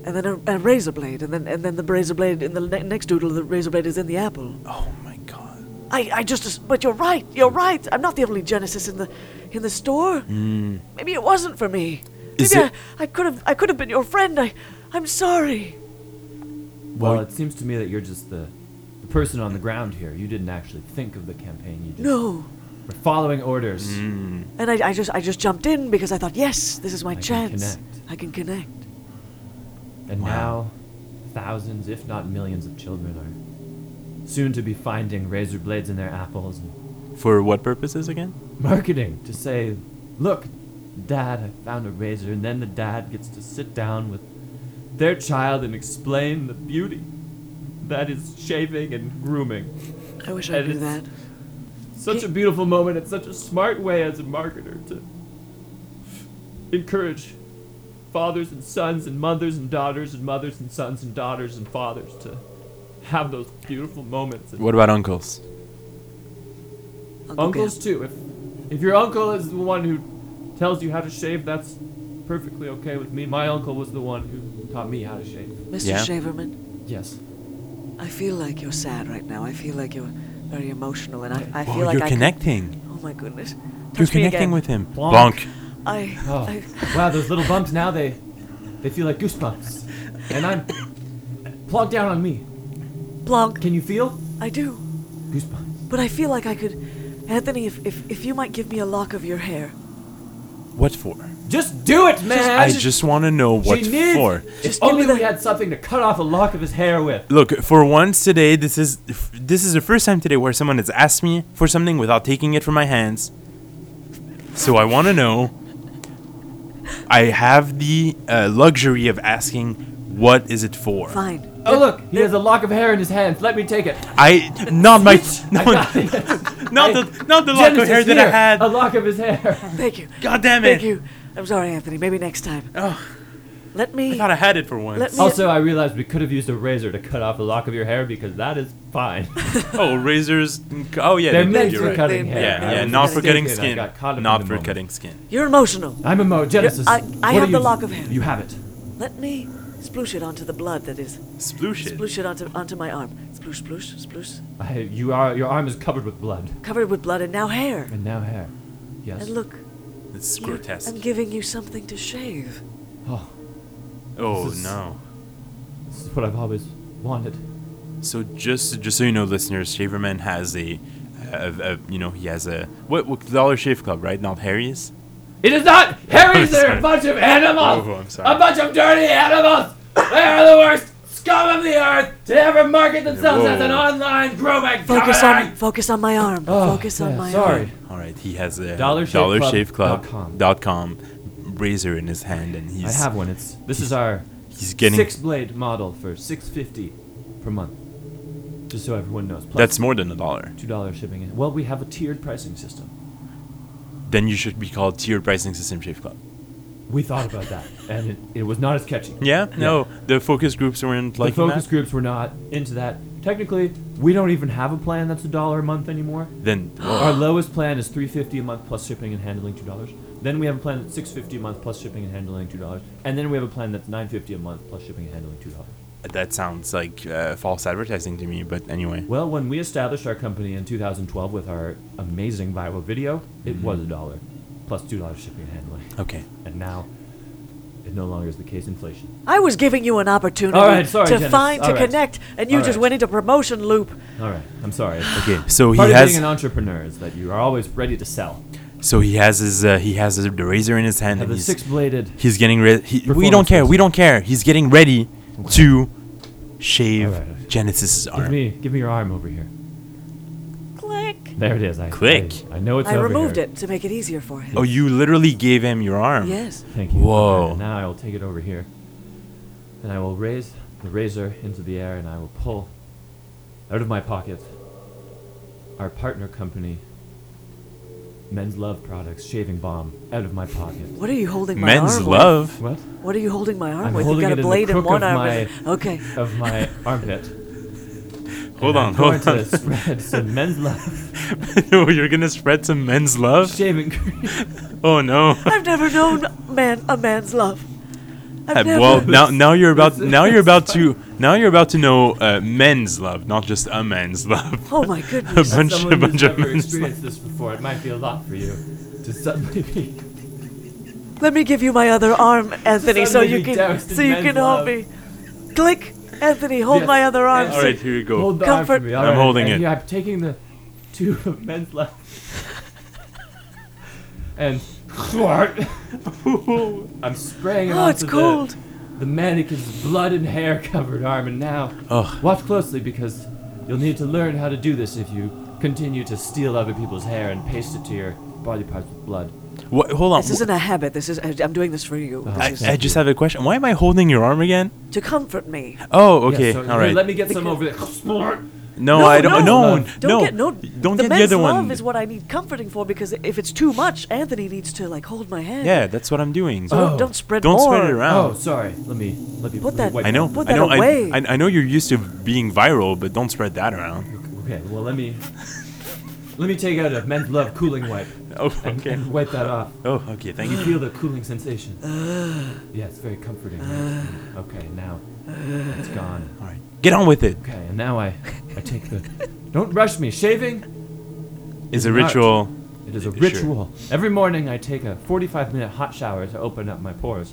Speaker 3: and then a, a razor blade, and then, and then the razor blade in the ne- next doodle, the razor blade is in the apple.
Speaker 1: Oh my god.
Speaker 3: I, I just, but you're right. You're right. I'm not the only Genesis in the, in the store. Maybe it wasn't for me.
Speaker 1: Hmm. Is
Speaker 3: Maybe
Speaker 1: it-
Speaker 3: I, I could have, I could have been your friend. I, I'm sorry.
Speaker 2: Well, it seems to me that you're just the, the person on the ground here. You didn't actually think of the campaign. You just
Speaker 3: No.
Speaker 2: were following orders.
Speaker 3: And I, I just, I just jumped in because I thought, yes, this is my
Speaker 2: can
Speaker 3: chance.
Speaker 2: connect.
Speaker 3: I can connect.
Speaker 2: And
Speaker 1: Wow.
Speaker 2: now, thousands, if not millions, of children are soon to be finding razor blades in their apples and
Speaker 1: For what purposes again?
Speaker 2: marketing to say, look, dad, I found a razor. And then the dad gets to sit down with their child and explain the beauty that is shaving and grooming.
Speaker 3: I wish I
Speaker 2: And
Speaker 3: knew
Speaker 2: it's-
Speaker 3: that.
Speaker 2: Such a beautiful moment and such a smart way as a marketer to encourage fathers and sons and mothers and daughters and mothers and sons and daughters and fathers to have those beautiful moments. And
Speaker 1: What about uncles?
Speaker 3: Uncle
Speaker 2: uncles
Speaker 3: Gab.
Speaker 2: too. If if your uncle is the one who tells you how to shave, that's perfectly okay with me. My uncle was the one who taught me how to shave.
Speaker 3: Mr.
Speaker 1: Yeah.
Speaker 3: Shaverman,
Speaker 2: Yes.
Speaker 3: I feel like you're sad right now. I feel like you're very emotional, and I, I feel
Speaker 1: Oh,
Speaker 3: like
Speaker 1: you're
Speaker 3: I could-
Speaker 1: connecting.
Speaker 3: oh my goodness.
Speaker 1: You're
Speaker 3: Touch me
Speaker 1: connecting
Speaker 3: again.
Speaker 1: with him.
Speaker 2: Bonk.
Speaker 1: Bonk.
Speaker 3: I,
Speaker 2: Oh,
Speaker 3: I,
Speaker 2: wow, those little bumps now they they feel like goosebumps. And I'm plug down on me.
Speaker 3: Blanc,
Speaker 2: Can you feel?
Speaker 3: I do.
Speaker 2: Goosebumps.
Speaker 3: But I feel like I could, Anthony, if, if, if you might give me a lock of your hair.
Speaker 1: What for?
Speaker 2: Just do it, man.
Speaker 1: I just want to know what
Speaker 2: she needs.
Speaker 1: for.
Speaker 2: If
Speaker 3: Just give me
Speaker 2: only
Speaker 3: the-
Speaker 2: we had something to cut off a lock of his hair with.
Speaker 1: Look, for once today, this is this is the first time today where someone has asked me for something without taking it from my hands. So I want to know. I have the uh, luxury of asking, what is it for?
Speaker 3: Fine.
Speaker 2: Oh look, he has a lock of hair in his hands. Let me take it.
Speaker 1: I not my no,
Speaker 2: I got it.
Speaker 1: not the not the lock of
Speaker 2: Genesis
Speaker 1: hair that I
Speaker 2: here, Oh,
Speaker 1: had.
Speaker 2: A lock of his hair.
Speaker 3: Thank you.
Speaker 1: God damn it!
Speaker 3: Thank you. I'm sorry, Anthony. Maybe next time.
Speaker 1: Ugh.
Speaker 3: Let
Speaker 1: I
Speaker 3: me.
Speaker 1: thought I had it for once.
Speaker 3: Let me-
Speaker 2: Also, I realized we could have used a razor to cut off a lock of your hair because that is fine.
Speaker 1: Oh, razors. Oh yeah,
Speaker 2: They're
Speaker 1: they do,
Speaker 2: meant
Speaker 1: you're
Speaker 2: for
Speaker 1: right.
Speaker 2: cutting
Speaker 3: They-
Speaker 2: hair.
Speaker 1: Yeah,
Speaker 3: I
Speaker 1: yeah,
Speaker 3: was
Speaker 1: not for
Speaker 2: mistaken.
Speaker 1: cutting
Speaker 2: I
Speaker 1: skin.
Speaker 2: got caught up in
Speaker 1: Not
Speaker 2: the
Speaker 1: for
Speaker 2: moment.
Speaker 1: cutting skin.
Speaker 3: You're emotional.
Speaker 2: I'm a mo. Genesis.
Speaker 3: I- I
Speaker 2: what
Speaker 3: have
Speaker 2: do you-
Speaker 3: the lock of hair.
Speaker 2: You have it.
Speaker 3: Let me sploosh it onto the blood that is.
Speaker 1: Sploosh it.
Speaker 3: Sploosh it onto, onto my arm. Sploosh, sploosh, sploosh.
Speaker 2: I, you are. Your arm is covered with blood,
Speaker 3: Covered with blood and now hair.
Speaker 2: and now hair. Yes.
Speaker 3: And look,
Speaker 1: It's
Speaker 3: you-
Speaker 1: grotesque.
Speaker 3: I'm giving you something to shave.
Speaker 2: Oh,
Speaker 1: Oh
Speaker 2: This is-
Speaker 1: no.
Speaker 2: this is what I've always wanted.
Speaker 1: So just just so you know, listeners, Shaverman has a, a, a you know he has a what, what Dollar Shave Club, right? Not Harry's.
Speaker 2: It is not Harry's.
Speaker 1: I'm
Speaker 2: They're
Speaker 1: sorry.
Speaker 2: a bunch of animals.
Speaker 1: Oh, I'm sorry.
Speaker 2: A bunch of dirty animals. They are the worst scum of the earth to ever market themselves as an
Speaker 1: Whoa.
Speaker 2: online grooming
Speaker 3: Focus
Speaker 2: company.
Speaker 3: on, focus on my arm.
Speaker 2: Oh,
Speaker 3: focus on
Speaker 2: yeah,
Speaker 3: my
Speaker 2: sorry.
Speaker 3: arm.
Speaker 1: All right, he has a
Speaker 2: Dollar Shave Club
Speaker 1: Club
Speaker 2: dot com.
Speaker 1: dot com razor in his hand, and
Speaker 2: I
Speaker 1: he's
Speaker 2: have one. It's this is our
Speaker 1: he's getting
Speaker 2: six blade model for six fifty per month. Just so everyone knows. Plus
Speaker 1: that's more than a dollar.
Speaker 2: two dollars shipping. and- Well, we have a tiered pricing system.
Speaker 1: Then you should be called tiered pricing system Shave Club.
Speaker 2: We thought about that, and it, it was not as catchy.
Speaker 1: Yeah, no, the focus groups weren't
Speaker 2: The
Speaker 1: like
Speaker 2: focus
Speaker 1: that.
Speaker 2: groups were not into that. Technically, we don't even have a plan that's a dollar a month anymore.
Speaker 1: Then
Speaker 2: Our lowest plan is three fifty a month plus shipping and handling two dollars. Then we have a plan that's six fifty a month plus shipping and handling two dollars. And then we have a plan that's nine fifty a month plus shipping and handling two dollars.
Speaker 1: that sounds like uh, false advertising to me. But anyway,
Speaker 2: Well, when we established our company in 2012 with our amazing viral video,
Speaker 1: Mm-hmm.
Speaker 2: it was a dollar plus two dollars shipping and handling.
Speaker 1: okay.
Speaker 2: And now, it no longer is the case. Inflation.
Speaker 3: I was giving you an opportunity
Speaker 2: All right, sorry,
Speaker 3: to
Speaker 2: Janice.
Speaker 3: find,
Speaker 2: All
Speaker 3: to
Speaker 2: right.
Speaker 3: connect, and you
Speaker 2: All
Speaker 3: just
Speaker 2: right.
Speaker 3: went into promotion loop.
Speaker 2: All right, I'm sorry.
Speaker 1: Okay, so he
Speaker 2: Part of being
Speaker 1: has
Speaker 2: an entrepreneur is that you are always ready to sell.
Speaker 1: so he has his uh, he has his razor in his hand
Speaker 2: Have
Speaker 1: and
Speaker 2: a
Speaker 1: he's,
Speaker 2: six-bladed.
Speaker 1: he's getting ready. He, we don't
Speaker 2: Performance
Speaker 1: care.
Speaker 2: razor.
Speaker 1: We don't care. He's getting ready to shave
Speaker 2: Alright.
Speaker 1: Genesis's
Speaker 2: Give
Speaker 1: arm.
Speaker 2: me, give me your arm over here.
Speaker 3: Click.
Speaker 2: There it is. I,
Speaker 1: Click.
Speaker 2: I, I know it's
Speaker 3: I
Speaker 2: over
Speaker 3: removed
Speaker 2: here.
Speaker 3: it to make it easier for him.
Speaker 1: Oh, you literally gave him your arm.
Speaker 3: Yes.
Speaker 2: Thank you.
Speaker 1: Whoa.
Speaker 2: Alright, now I will take it over here, and I will raise the razor into the air, and I will pull out of my pocket our partner company, Men's Love Products shaving balm, out of my pocket.
Speaker 3: What are you holding my
Speaker 1: Men's
Speaker 3: arm
Speaker 1: love.
Speaker 2: What?
Speaker 3: with? What are you holding my arm
Speaker 2: I'm
Speaker 3: with? You've
Speaker 2: holding it in
Speaker 3: got a
Speaker 2: the
Speaker 3: blade in,
Speaker 2: crook
Speaker 3: one
Speaker 2: of
Speaker 3: arm.
Speaker 2: my-
Speaker 3: and- Okay.
Speaker 2: Of my armpit.
Speaker 1: Hold
Speaker 2: And
Speaker 1: on,
Speaker 2: I'm
Speaker 1: hold
Speaker 2: going
Speaker 1: on.
Speaker 2: To spread some Men's Love
Speaker 1: no, Oh, you're gonna spread some men's love.
Speaker 2: shaving cream.
Speaker 1: Oh no.
Speaker 3: I've never known man a man's love. I've
Speaker 1: Uh,
Speaker 3: never.
Speaker 1: well, now now you're about
Speaker 2: This is-
Speaker 1: now you're about to now you're about to know uh, men's love, not just a man's love.
Speaker 3: oh my
Speaker 1: a
Speaker 3: goodness.
Speaker 1: bunch,
Speaker 2: Someone
Speaker 1: a bunch
Speaker 2: who's
Speaker 1: of
Speaker 2: never
Speaker 1: men's love.
Speaker 2: experienced this before, it might be a lot for you to suddenly be.
Speaker 3: Let me give you my other arm, Anthony, so
Speaker 2: Suddenly
Speaker 3: you
Speaker 2: we
Speaker 3: can
Speaker 2: doused in
Speaker 3: so you
Speaker 2: men's
Speaker 3: can
Speaker 2: love.
Speaker 3: hold me. Click, Anthony, hold
Speaker 2: Yes.
Speaker 3: my other arm.
Speaker 1: All right, here you go.
Speaker 2: Hold the arm
Speaker 3: Comfort-
Speaker 2: for me. all
Speaker 1: I'm
Speaker 2: right.
Speaker 1: holding
Speaker 2: And
Speaker 1: it.
Speaker 2: Yeah, I'm taking the two of men's left. and I'm spraying it
Speaker 3: Oh, it's
Speaker 2: onto the-
Speaker 3: cold.
Speaker 2: The, mannequin's blood and hair covered arm, and now
Speaker 1: Ugh.
Speaker 2: watch closely because you'll need to learn how to do this if you continue to steal other people's hair and paste it to your body parts with blood.
Speaker 1: What, hold on.
Speaker 3: This isn't a habit. This is I'm doing this for you.
Speaker 2: Oh.
Speaker 1: I,
Speaker 3: This is
Speaker 1: I just have a question. Why am I holding your arm again?
Speaker 3: to comfort me.
Speaker 1: Oh,
Speaker 2: Yeah,
Speaker 1: okay.
Speaker 2: so
Speaker 1: all right.
Speaker 2: Let me get some over there.
Speaker 1: no,
Speaker 3: No,
Speaker 1: I don't.
Speaker 3: no,
Speaker 1: No,
Speaker 2: love.
Speaker 3: Don't get no.
Speaker 1: Don't
Speaker 3: the
Speaker 1: get
Speaker 3: men's
Speaker 1: the other
Speaker 3: love
Speaker 1: one.
Speaker 3: is what I need comforting for because if it's too much, Anthony needs to like hold my hand.
Speaker 1: yeah, that's what I'm doing.
Speaker 2: Oh,
Speaker 3: Don't, don't spread
Speaker 1: don't
Speaker 3: more.
Speaker 1: spread it
Speaker 2: Oh,
Speaker 1: around.
Speaker 2: sorry. Let me let me let
Speaker 3: Put
Speaker 2: me
Speaker 3: that-
Speaker 2: wipe
Speaker 1: I know.
Speaker 3: Put
Speaker 1: I
Speaker 3: that
Speaker 1: know. I-
Speaker 3: away.
Speaker 1: I, I know you're used to being viral, but don't spread that around.
Speaker 2: Okay, well let me let me take out a men's love cooling wipe
Speaker 1: Oh,
Speaker 2: and,
Speaker 1: okay.
Speaker 2: and wipe that off.
Speaker 1: Oh, okay. Thank
Speaker 2: You
Speaker 1: you.
Speaker 2: feel the cooling sensation. yeah, it's very comforting. right? Okay, now it's gone.
Speaker 1: All right. Get on with it.
Speaker 2: Okay, and now I I take the. Don't rush me. Shaving.
Speaker 1: It's a
Speaker 2: Not-
Speaker 1: ritual.
Speaker 2: It is a
Speaker 1: Sure.
Speaker 2: ritual. Every morning I take a 45 minute hot shower to open up my pores.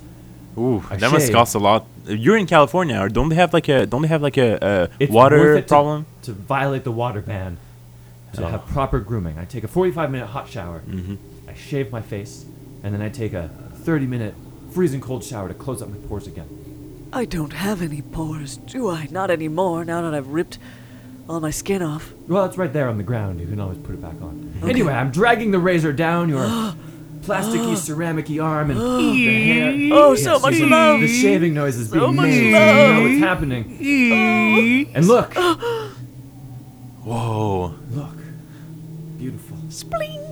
Speaker 1: Ooh,
Speaker 2: A
Speaker 1: that must
Speaker 2: shave.
Speaker 1: cost a lot. You're in California, or don't they have like a don't they have like a, a
Speaker 2: It's
Speaker 1: water
Speaker 2: worth it to-
Speaker 1: problem?
Speaker 2: to violate the water ban to
Speaker 1: Oh.
Speaker 2: have proper grooming. I take a 45 minute hot shower.
Speaker 3: Mm-hmm.
Speaker 2: I shave my face, and then I take a 30 minute freezing cold shower to close up my pores again.
Speaker 3: I don't have any pores, do I? Not anymore. Now that I've ripped all my skin off.
Speaker 2: Well, it's right there on the ground. You can always put it back on. Anyway, I'm dragging the razor down your plasticky, ceramicy arm and the hair.
Speaker 3: Oh, so much
Speaker 2: the-
Speaker 3: love.
Speaker 2: The shaving noise is being
Speaker 3: much
Speaker 2: made. You know what's happening. And look,
Speaker 1: Whoa!
Speaker 2: look, beautiful.
Speaker 3: Spling.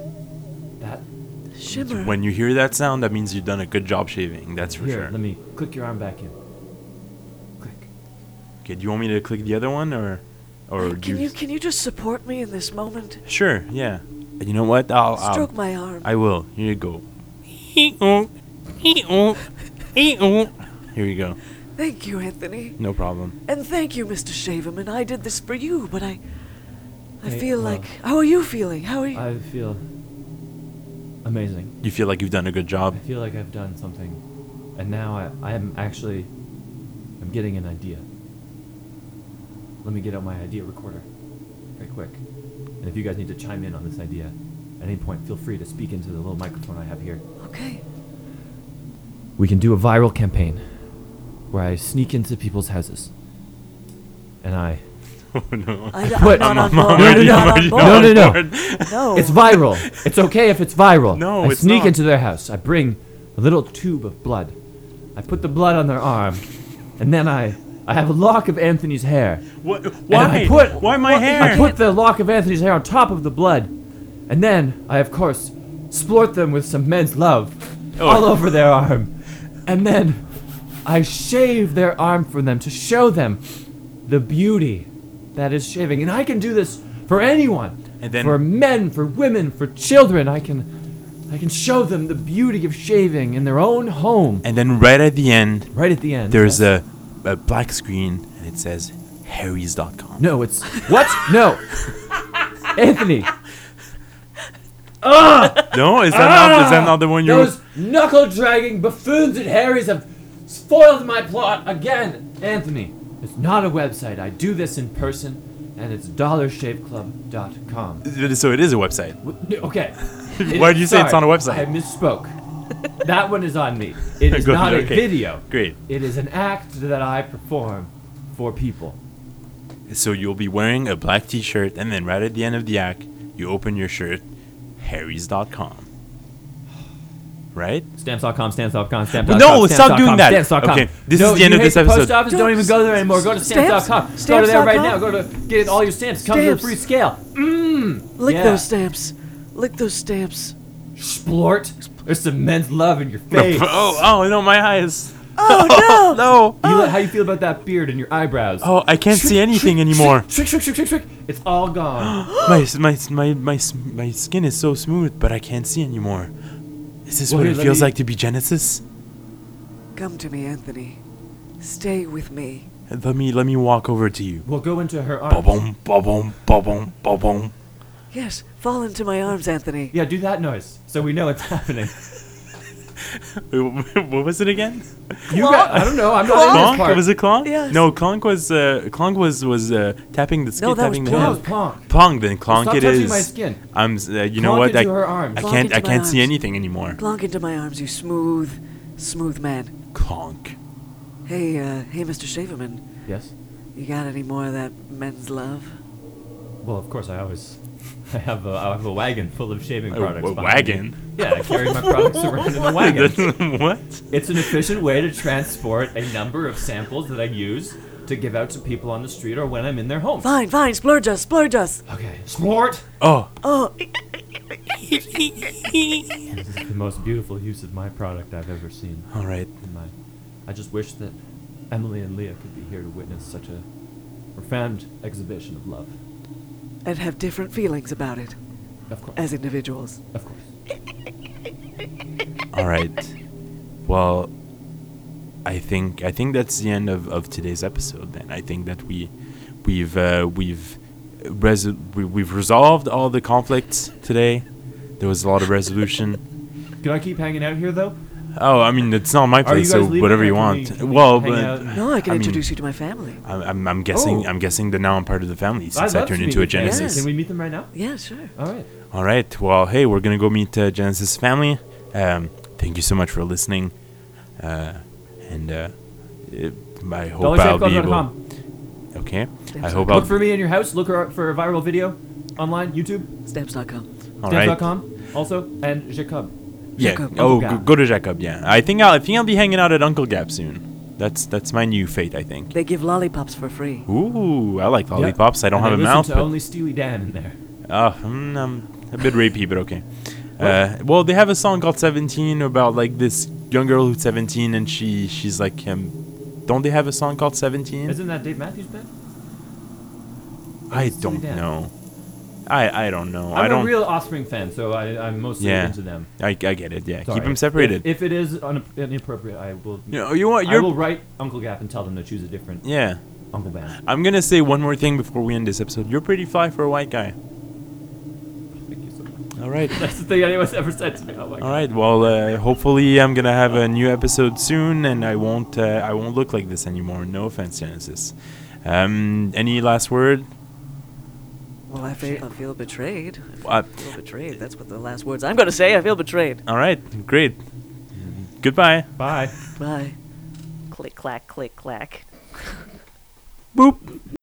Speaker 2: That
Speaker 3: Shimmer.
Speaker 1: When you hear that sound, that means you've done a good job shaving. That's for
Speaker 2: here.
Speaker 1: sure.
Speaker 2: Let me click your arm back in. Click.
Speaker 1: Okay, do you want me to click the other one, or or do
Speaker 3: Uh, Can you can you just support me in this moment?
Speaker 1: Sure. Yeah. And You know what? I'll, I'll-
Speaker 3: Stroke my arm.
Speaker 1: I will. Here you go. Here you go.
Speaker 3: Thank you, Anthony.
Speaker 1: No problem.
Speaker 3: And thank you, Mr. Shaverman. I did this for you, but I I
Speaker 2: Hey,
Speaker 3: feel
Speaker 1: uh,
Speaker 2: well,
Speaker 3: like how are you feeling? How are you?
Speaker 2: I feel amazing.
Speaker 1: You feel like you've done a good
Speaker 2: I
Speaker 1: job.
Speaker 2: feel like I've done something, and now I, I am actually, I'm getting an idea. Let me get out my idea recorder, very quick. And if you guys need to chime in on this idea, at any point, feel free to speak into the little microphone I have here.
Speaker 3: okay.
Speaker 2: We can do a viral campaign, where I sneak into people's houses, and I.
Speaker 1: Oh no.
Speaker 3: I, am
Speaker 2: quit.
Speaker 3: not
Speaker 2: I'm-
Speaker 3: on
Speaker 1: I'm
Speaker 3: board.
Speaker 1: already-
Speaker 3: I'm not
Speaker 1: I'm
Speaker 3: on
Speaker 1: already
Speaker 2: No, no,
Speaker 3: board.
Speaker 2: no.
Speaker 1: bored.
Speaker 3: No.
Speaker 2: It's viral. It's okay if it's viral.
Speaker 1: No,
Speaker 2: I
Speaker 1: it's
Speaker 2: sneak
Speaker 1: not.
Speaker 2: into their house. I bring a little tube of blood. I put the blood on their arm, and then I I have a lock of Anthony's hair.
Speaker 1: What?
Speaker 2: And
Speaker 1: Why?
Speaker 2: I put
Speaker 1: Why my hair?
Speaker 2: I put the lock of Anthony's hair on top of the blood, and then I of course splort them with some men's love.
Speaker 1: Oh.
Speaker 2: all over their arm. And then I shave their arm for them to show them the beauty that is shaving. And I can do this for anyone.
Speaker 1: And then-
Speaker 2: for men, for women, for children. I can I can show them the beauty of shaving in their own home.
Speaker 1: And then right at the end,
Speaker 2: Right at the end.
Speaker 1: there's a, a black screen and it says Harry's.com.
Speaker 2: No, it's what? No. Anthony,
Speaker 1: No, is that
Speaker 2: Ah!
Speaker 1: not is that not the one you?
Speaker 2: those knuckle dragging buffoons at Harry's have spoiled my plot again. Anthony, it's not a website. I do this in person, and it's dollarshaveclub.com.
Speaker 1: So it is a website.
Speaker 2: What- no, Okay.
Speaker 1: Why do you say it's
Speaker 2: sorry,
Speaker 1: not a website?
Speaker 2: I misspoke. that one is on me. It is
Speaker 1: Good,
Speaker 2: not
Speaker 1: okay.
Speaker 2: a video.
Speaker 1: Great.
Speaker 2: It is an act that I perform for people.
Speaker 1: So you'll be wearing a black T-shirt, and then right at the end of the act, you open your shirt, Harry's.com. Right?
Speaker 2: Stamps.com, stamps.com,
Speaker 1: Well,
Speaker 2: stamps.com.
Speaker 1: no,
Speaker 2: stamps.com,
Speaker 1: stop doing that.
Speaker 2: Stamps.com.
Speaker 1: Okay, this
Speaker 2: No,
Speaker 1: is the end
Speaker 2: you
Speaker 1: of
Speaker 2: hate
Speaker 1: this
Speaker 2: the Post
Speaker 1: episode.
Speaker 2: office, don't even go there anymore. Go to
Speaker 3: Stamps?
Speaker 2: stamps.com. Go to there right
Speaker 3: Stamps.com?
Speaker 2: now. Go to get all your stamps. Come to the
Speaker 3: Stamps.
Speaker 2: free scale.
Speaker 3: Lick
Speaker 2: Yeah.
Speaker 3: those stamps. Lick those stamps.
Speaker 2: Splort. There's some men's love in your face.
Speaker 1: Oh, oh no, my eyes.
Speaker 3: Oh no!
Speaker 1: No.
Speaker 2: You, how you feel about that beard and your eyebrows?
Speaker 1: Oh, I can't see anything anymore.
Speaker 2: Trick, trick, trick, trick, trick. It's all gone.
Speaker 1: My s- my s- my my s- my skin is so smooth, but I can't see anymore. Is this
Speaker 2: Well,
Speaker 1: what
Speaker 2: here,
Speaker 1: it
Speaker 2: let
Speaker 1: feels
Speaker 2: me-
Speaker 1: like to be Genesis?
Speaker 3: Come to me, Anthony. Stay with me.
Speaker 1: Let me let me walk over to you.
Speaker 2: we'll go into her arms.
Speaker 1: Ba-boom, ba-boom, ba-boom, ba-boom.
Speaker 3: Yes, fall into my arms, Anthony.
Speaker 2: Yeah, do that noise so we know it's happening.
Speaker 1: What was it again?
Speaker 2: You got, I don't know. I'm not in this
Speaker 1: Clonk?
Speaker 2: part.
Speaker 1: Was it Clonk?
Speaker 3: Yes.
Speaker 1: No, Clonk was uh, Clonk was was uh, tapping the skin,
Speaker 3: that was
Speaker 1: tapping the
Speaker 2: No,
Speaker 1: hand.
Speaker 2: it's Clonk.
Speaker 1: Plonk, then Clonk
Speaker 2: Stop
Speaker 1: it
Speaker 2: touching
Speaker 1: is.
Speaker 2: my skin.
Speaker 1: I'm. s- Uh, you know
Speaker 2: Clonk
Speaker 1: what?
Speaker 2: into
Speaker 1: I,
Speaker 2: her arms.
Speaker 1: I
Speaker 3: Clonk
Speaker 1: can't. I
Speaker 3: into my
Speaker 1: can't see
Speaker 3: arms.
Speaker 1: anything anymore.
Speaker 3: Plonk into my arms, you smooth, smooth man.
Speaker 1: Clonk.
Speaker 3: Hey, uh, hey, Mr. Shaverman.
Speaker 2: Yes.
Speaker 3: You got any more of that men's love?
Speaker 2: Well, of course, I always. I have a, I have a wagon full of shaving
Speaker 1: A-
Speaker 2: products.
Speaker 1: a
Speaker 2: behind me.
Speaker 1: Oh, wagon?
Speaker 2: Yeah, I carry my products around in a wagon.
Speaker 1: what?
Speaker 2: it's an efficient way to transport a number of samples that I use to give out to people on the street or when I'm in their home.
Speaker 3: Fine, fine, splurge us, splurge us.
Speaker 2: Okay. Sport.
Speaker 1: Oh,
Speaker 3: Oh,
Speaker 2: This is the most beautiful use of my product I've ever seen.
Speaker 1: all right.
Speaker 2: in my. I just wish that Emily and Leah could be here to witness such a profound exhibition of love.
Speaker 3: and have different feelings about it
Speaker 2: Of course.
Speaker 3: as individuals.
Speaker 2: of course.
Speaker 1: All right. Well, I think I think that's the end of, of today's episode. Then I think that we we've uh, we've resu- we, we've resolved all the conflicts today. There was a lot of resolution.
Speaker 2: Can I keep hanging out here though?
Speaker 1: oh, I mean, it's not my
Speaker 2: Are you
Speaker 1: place, so
Speaker 2: guys leaving
Speaker 1: whatever
Speaker 2: or
Speaker 1: you
Speaker 2: can
Speaker 1: want.
Speaker 2: we- can we
Speaker 1: well,
Speaker 2: hang
Speaker 1: but
Speaker 2: out?
Speaker 3: No, I can
Speaker 1: I mean-
Speaker 3: introduce you to my family.
Speaker 1: I'm, I'm, I'm guessing
Speaker 2: Oh.
Speaker 1: I'm guessing that now I'm part of the family since
Speaker 2: I'd
Speaker 1: I
Speaker 2: love to
Speaker 1: turned
Speaker 2: meet
Speaker 1: into a
Speaker 2: the family.
Speaker 1: Genesis.
Speaker 2: Can we meet them right now?
Speaker 3: Yeah, sure.
Speaker 2: All right.
Speaker 1: All right. Well, hey, we're gonna go meet uh, Genesis family. Um, thank you so much for listening, uh, and uh, it, I hope I'll be able.
Speaker 2: DollarShaveClub.com.
Speaker 1: Okay.
Speaker 3: Damn
Speaker 1: I
Speaker 3: sorry.
Speaker 1: hope I'll.
Speaker 2: Look for me in your house. Look for for a viral video online, YouTube,
Speaker 3: Stamps.com.
Speaker 1: all right.
Speaker 2: stamps.com, also, and Jacob.
Speaker 1: Yeah.
Speaker 3: Jacob.
Speaker 1: Oh,
Speaker 2: Uncle
Speaker 1: go,
Speaker 2: Gab.
Speaker 1: go to Jacob. Yeah. I think I'll, I think I'll be hanging out at Uncle Gap soon. That's that's my new fate. I think.
Speaker 3: They give lollipops for free.
Speaker 1: Ooh, I like lollipops. I don't
Speaker 2: and
Speaker 1: have a
Speaker 2: listen
Speaker 1: mouth.
Speaker 2: To
Speaker 1: but-
Speaker 2: only Steely Dan in there.
Speaker 1: Uh, mm, um, a bit rapey, but okay. Uh, well, they have a song called "17" about like this young girl who's 17 and she she's like um Don't they have a song called "17"?
Speaker 2: Isn't that Dave Matthews Band?
Speaker 1: I
Speaker 2: it's
Speaker 1: don't
Speaker 2: Sudan?
Speaker 1: know. I I don't know.
Speaker 2: I'm
Speaker 1: I
Speaker 2: a
Speaker 1: don't.
Speaker 2: real Offspring fan, so I, I'm mostly
Speaker 1: Yeah.
Speaker 2: into them.
Speaker 1: I, I get it. Yeah,
Speaker 2: Sorry.
Speaker 1: keep them separated.
Speaker 2: If, if it is un- inappropriate, I will.
Speaker 1: you know, you want
Speaker 2: I
Speaker 1: you're.
Speaker 2: will write Uncle Gap and tell them to choose a different
Speaker 1: yeah,
Speaker 2: Uncle Band.
Speaker 1: I'm gonna say one more thing before we end this episode. You're pretty fly for a white guy.
Speaker 2: Thank you so much.
Speaker 1: All right.
Speaker 2: That's the thing anyone's ever said to me. Oh my
Speaker 1: All
Speaker 2: god.
Speaker 1: right. Well, uh, hopefully I'm gonna have a new episode soon, and I won't uh, I won't look like this anymore. No offense, Genesis. Um, any last word?
Speaker 3: Well, I feel, I feel betrayed.
Speaker 1: Uh,
Speaker 3: I feel betrayed. That's what the last words I'm going to say. I feel betrayed.
Speaker 1: all right. Great. Goodbye.
Speaker 2: Bye.
Speaker 3: Bye.
Speaker 4: Click, clack, click, clack.
Speaker 1: Boop.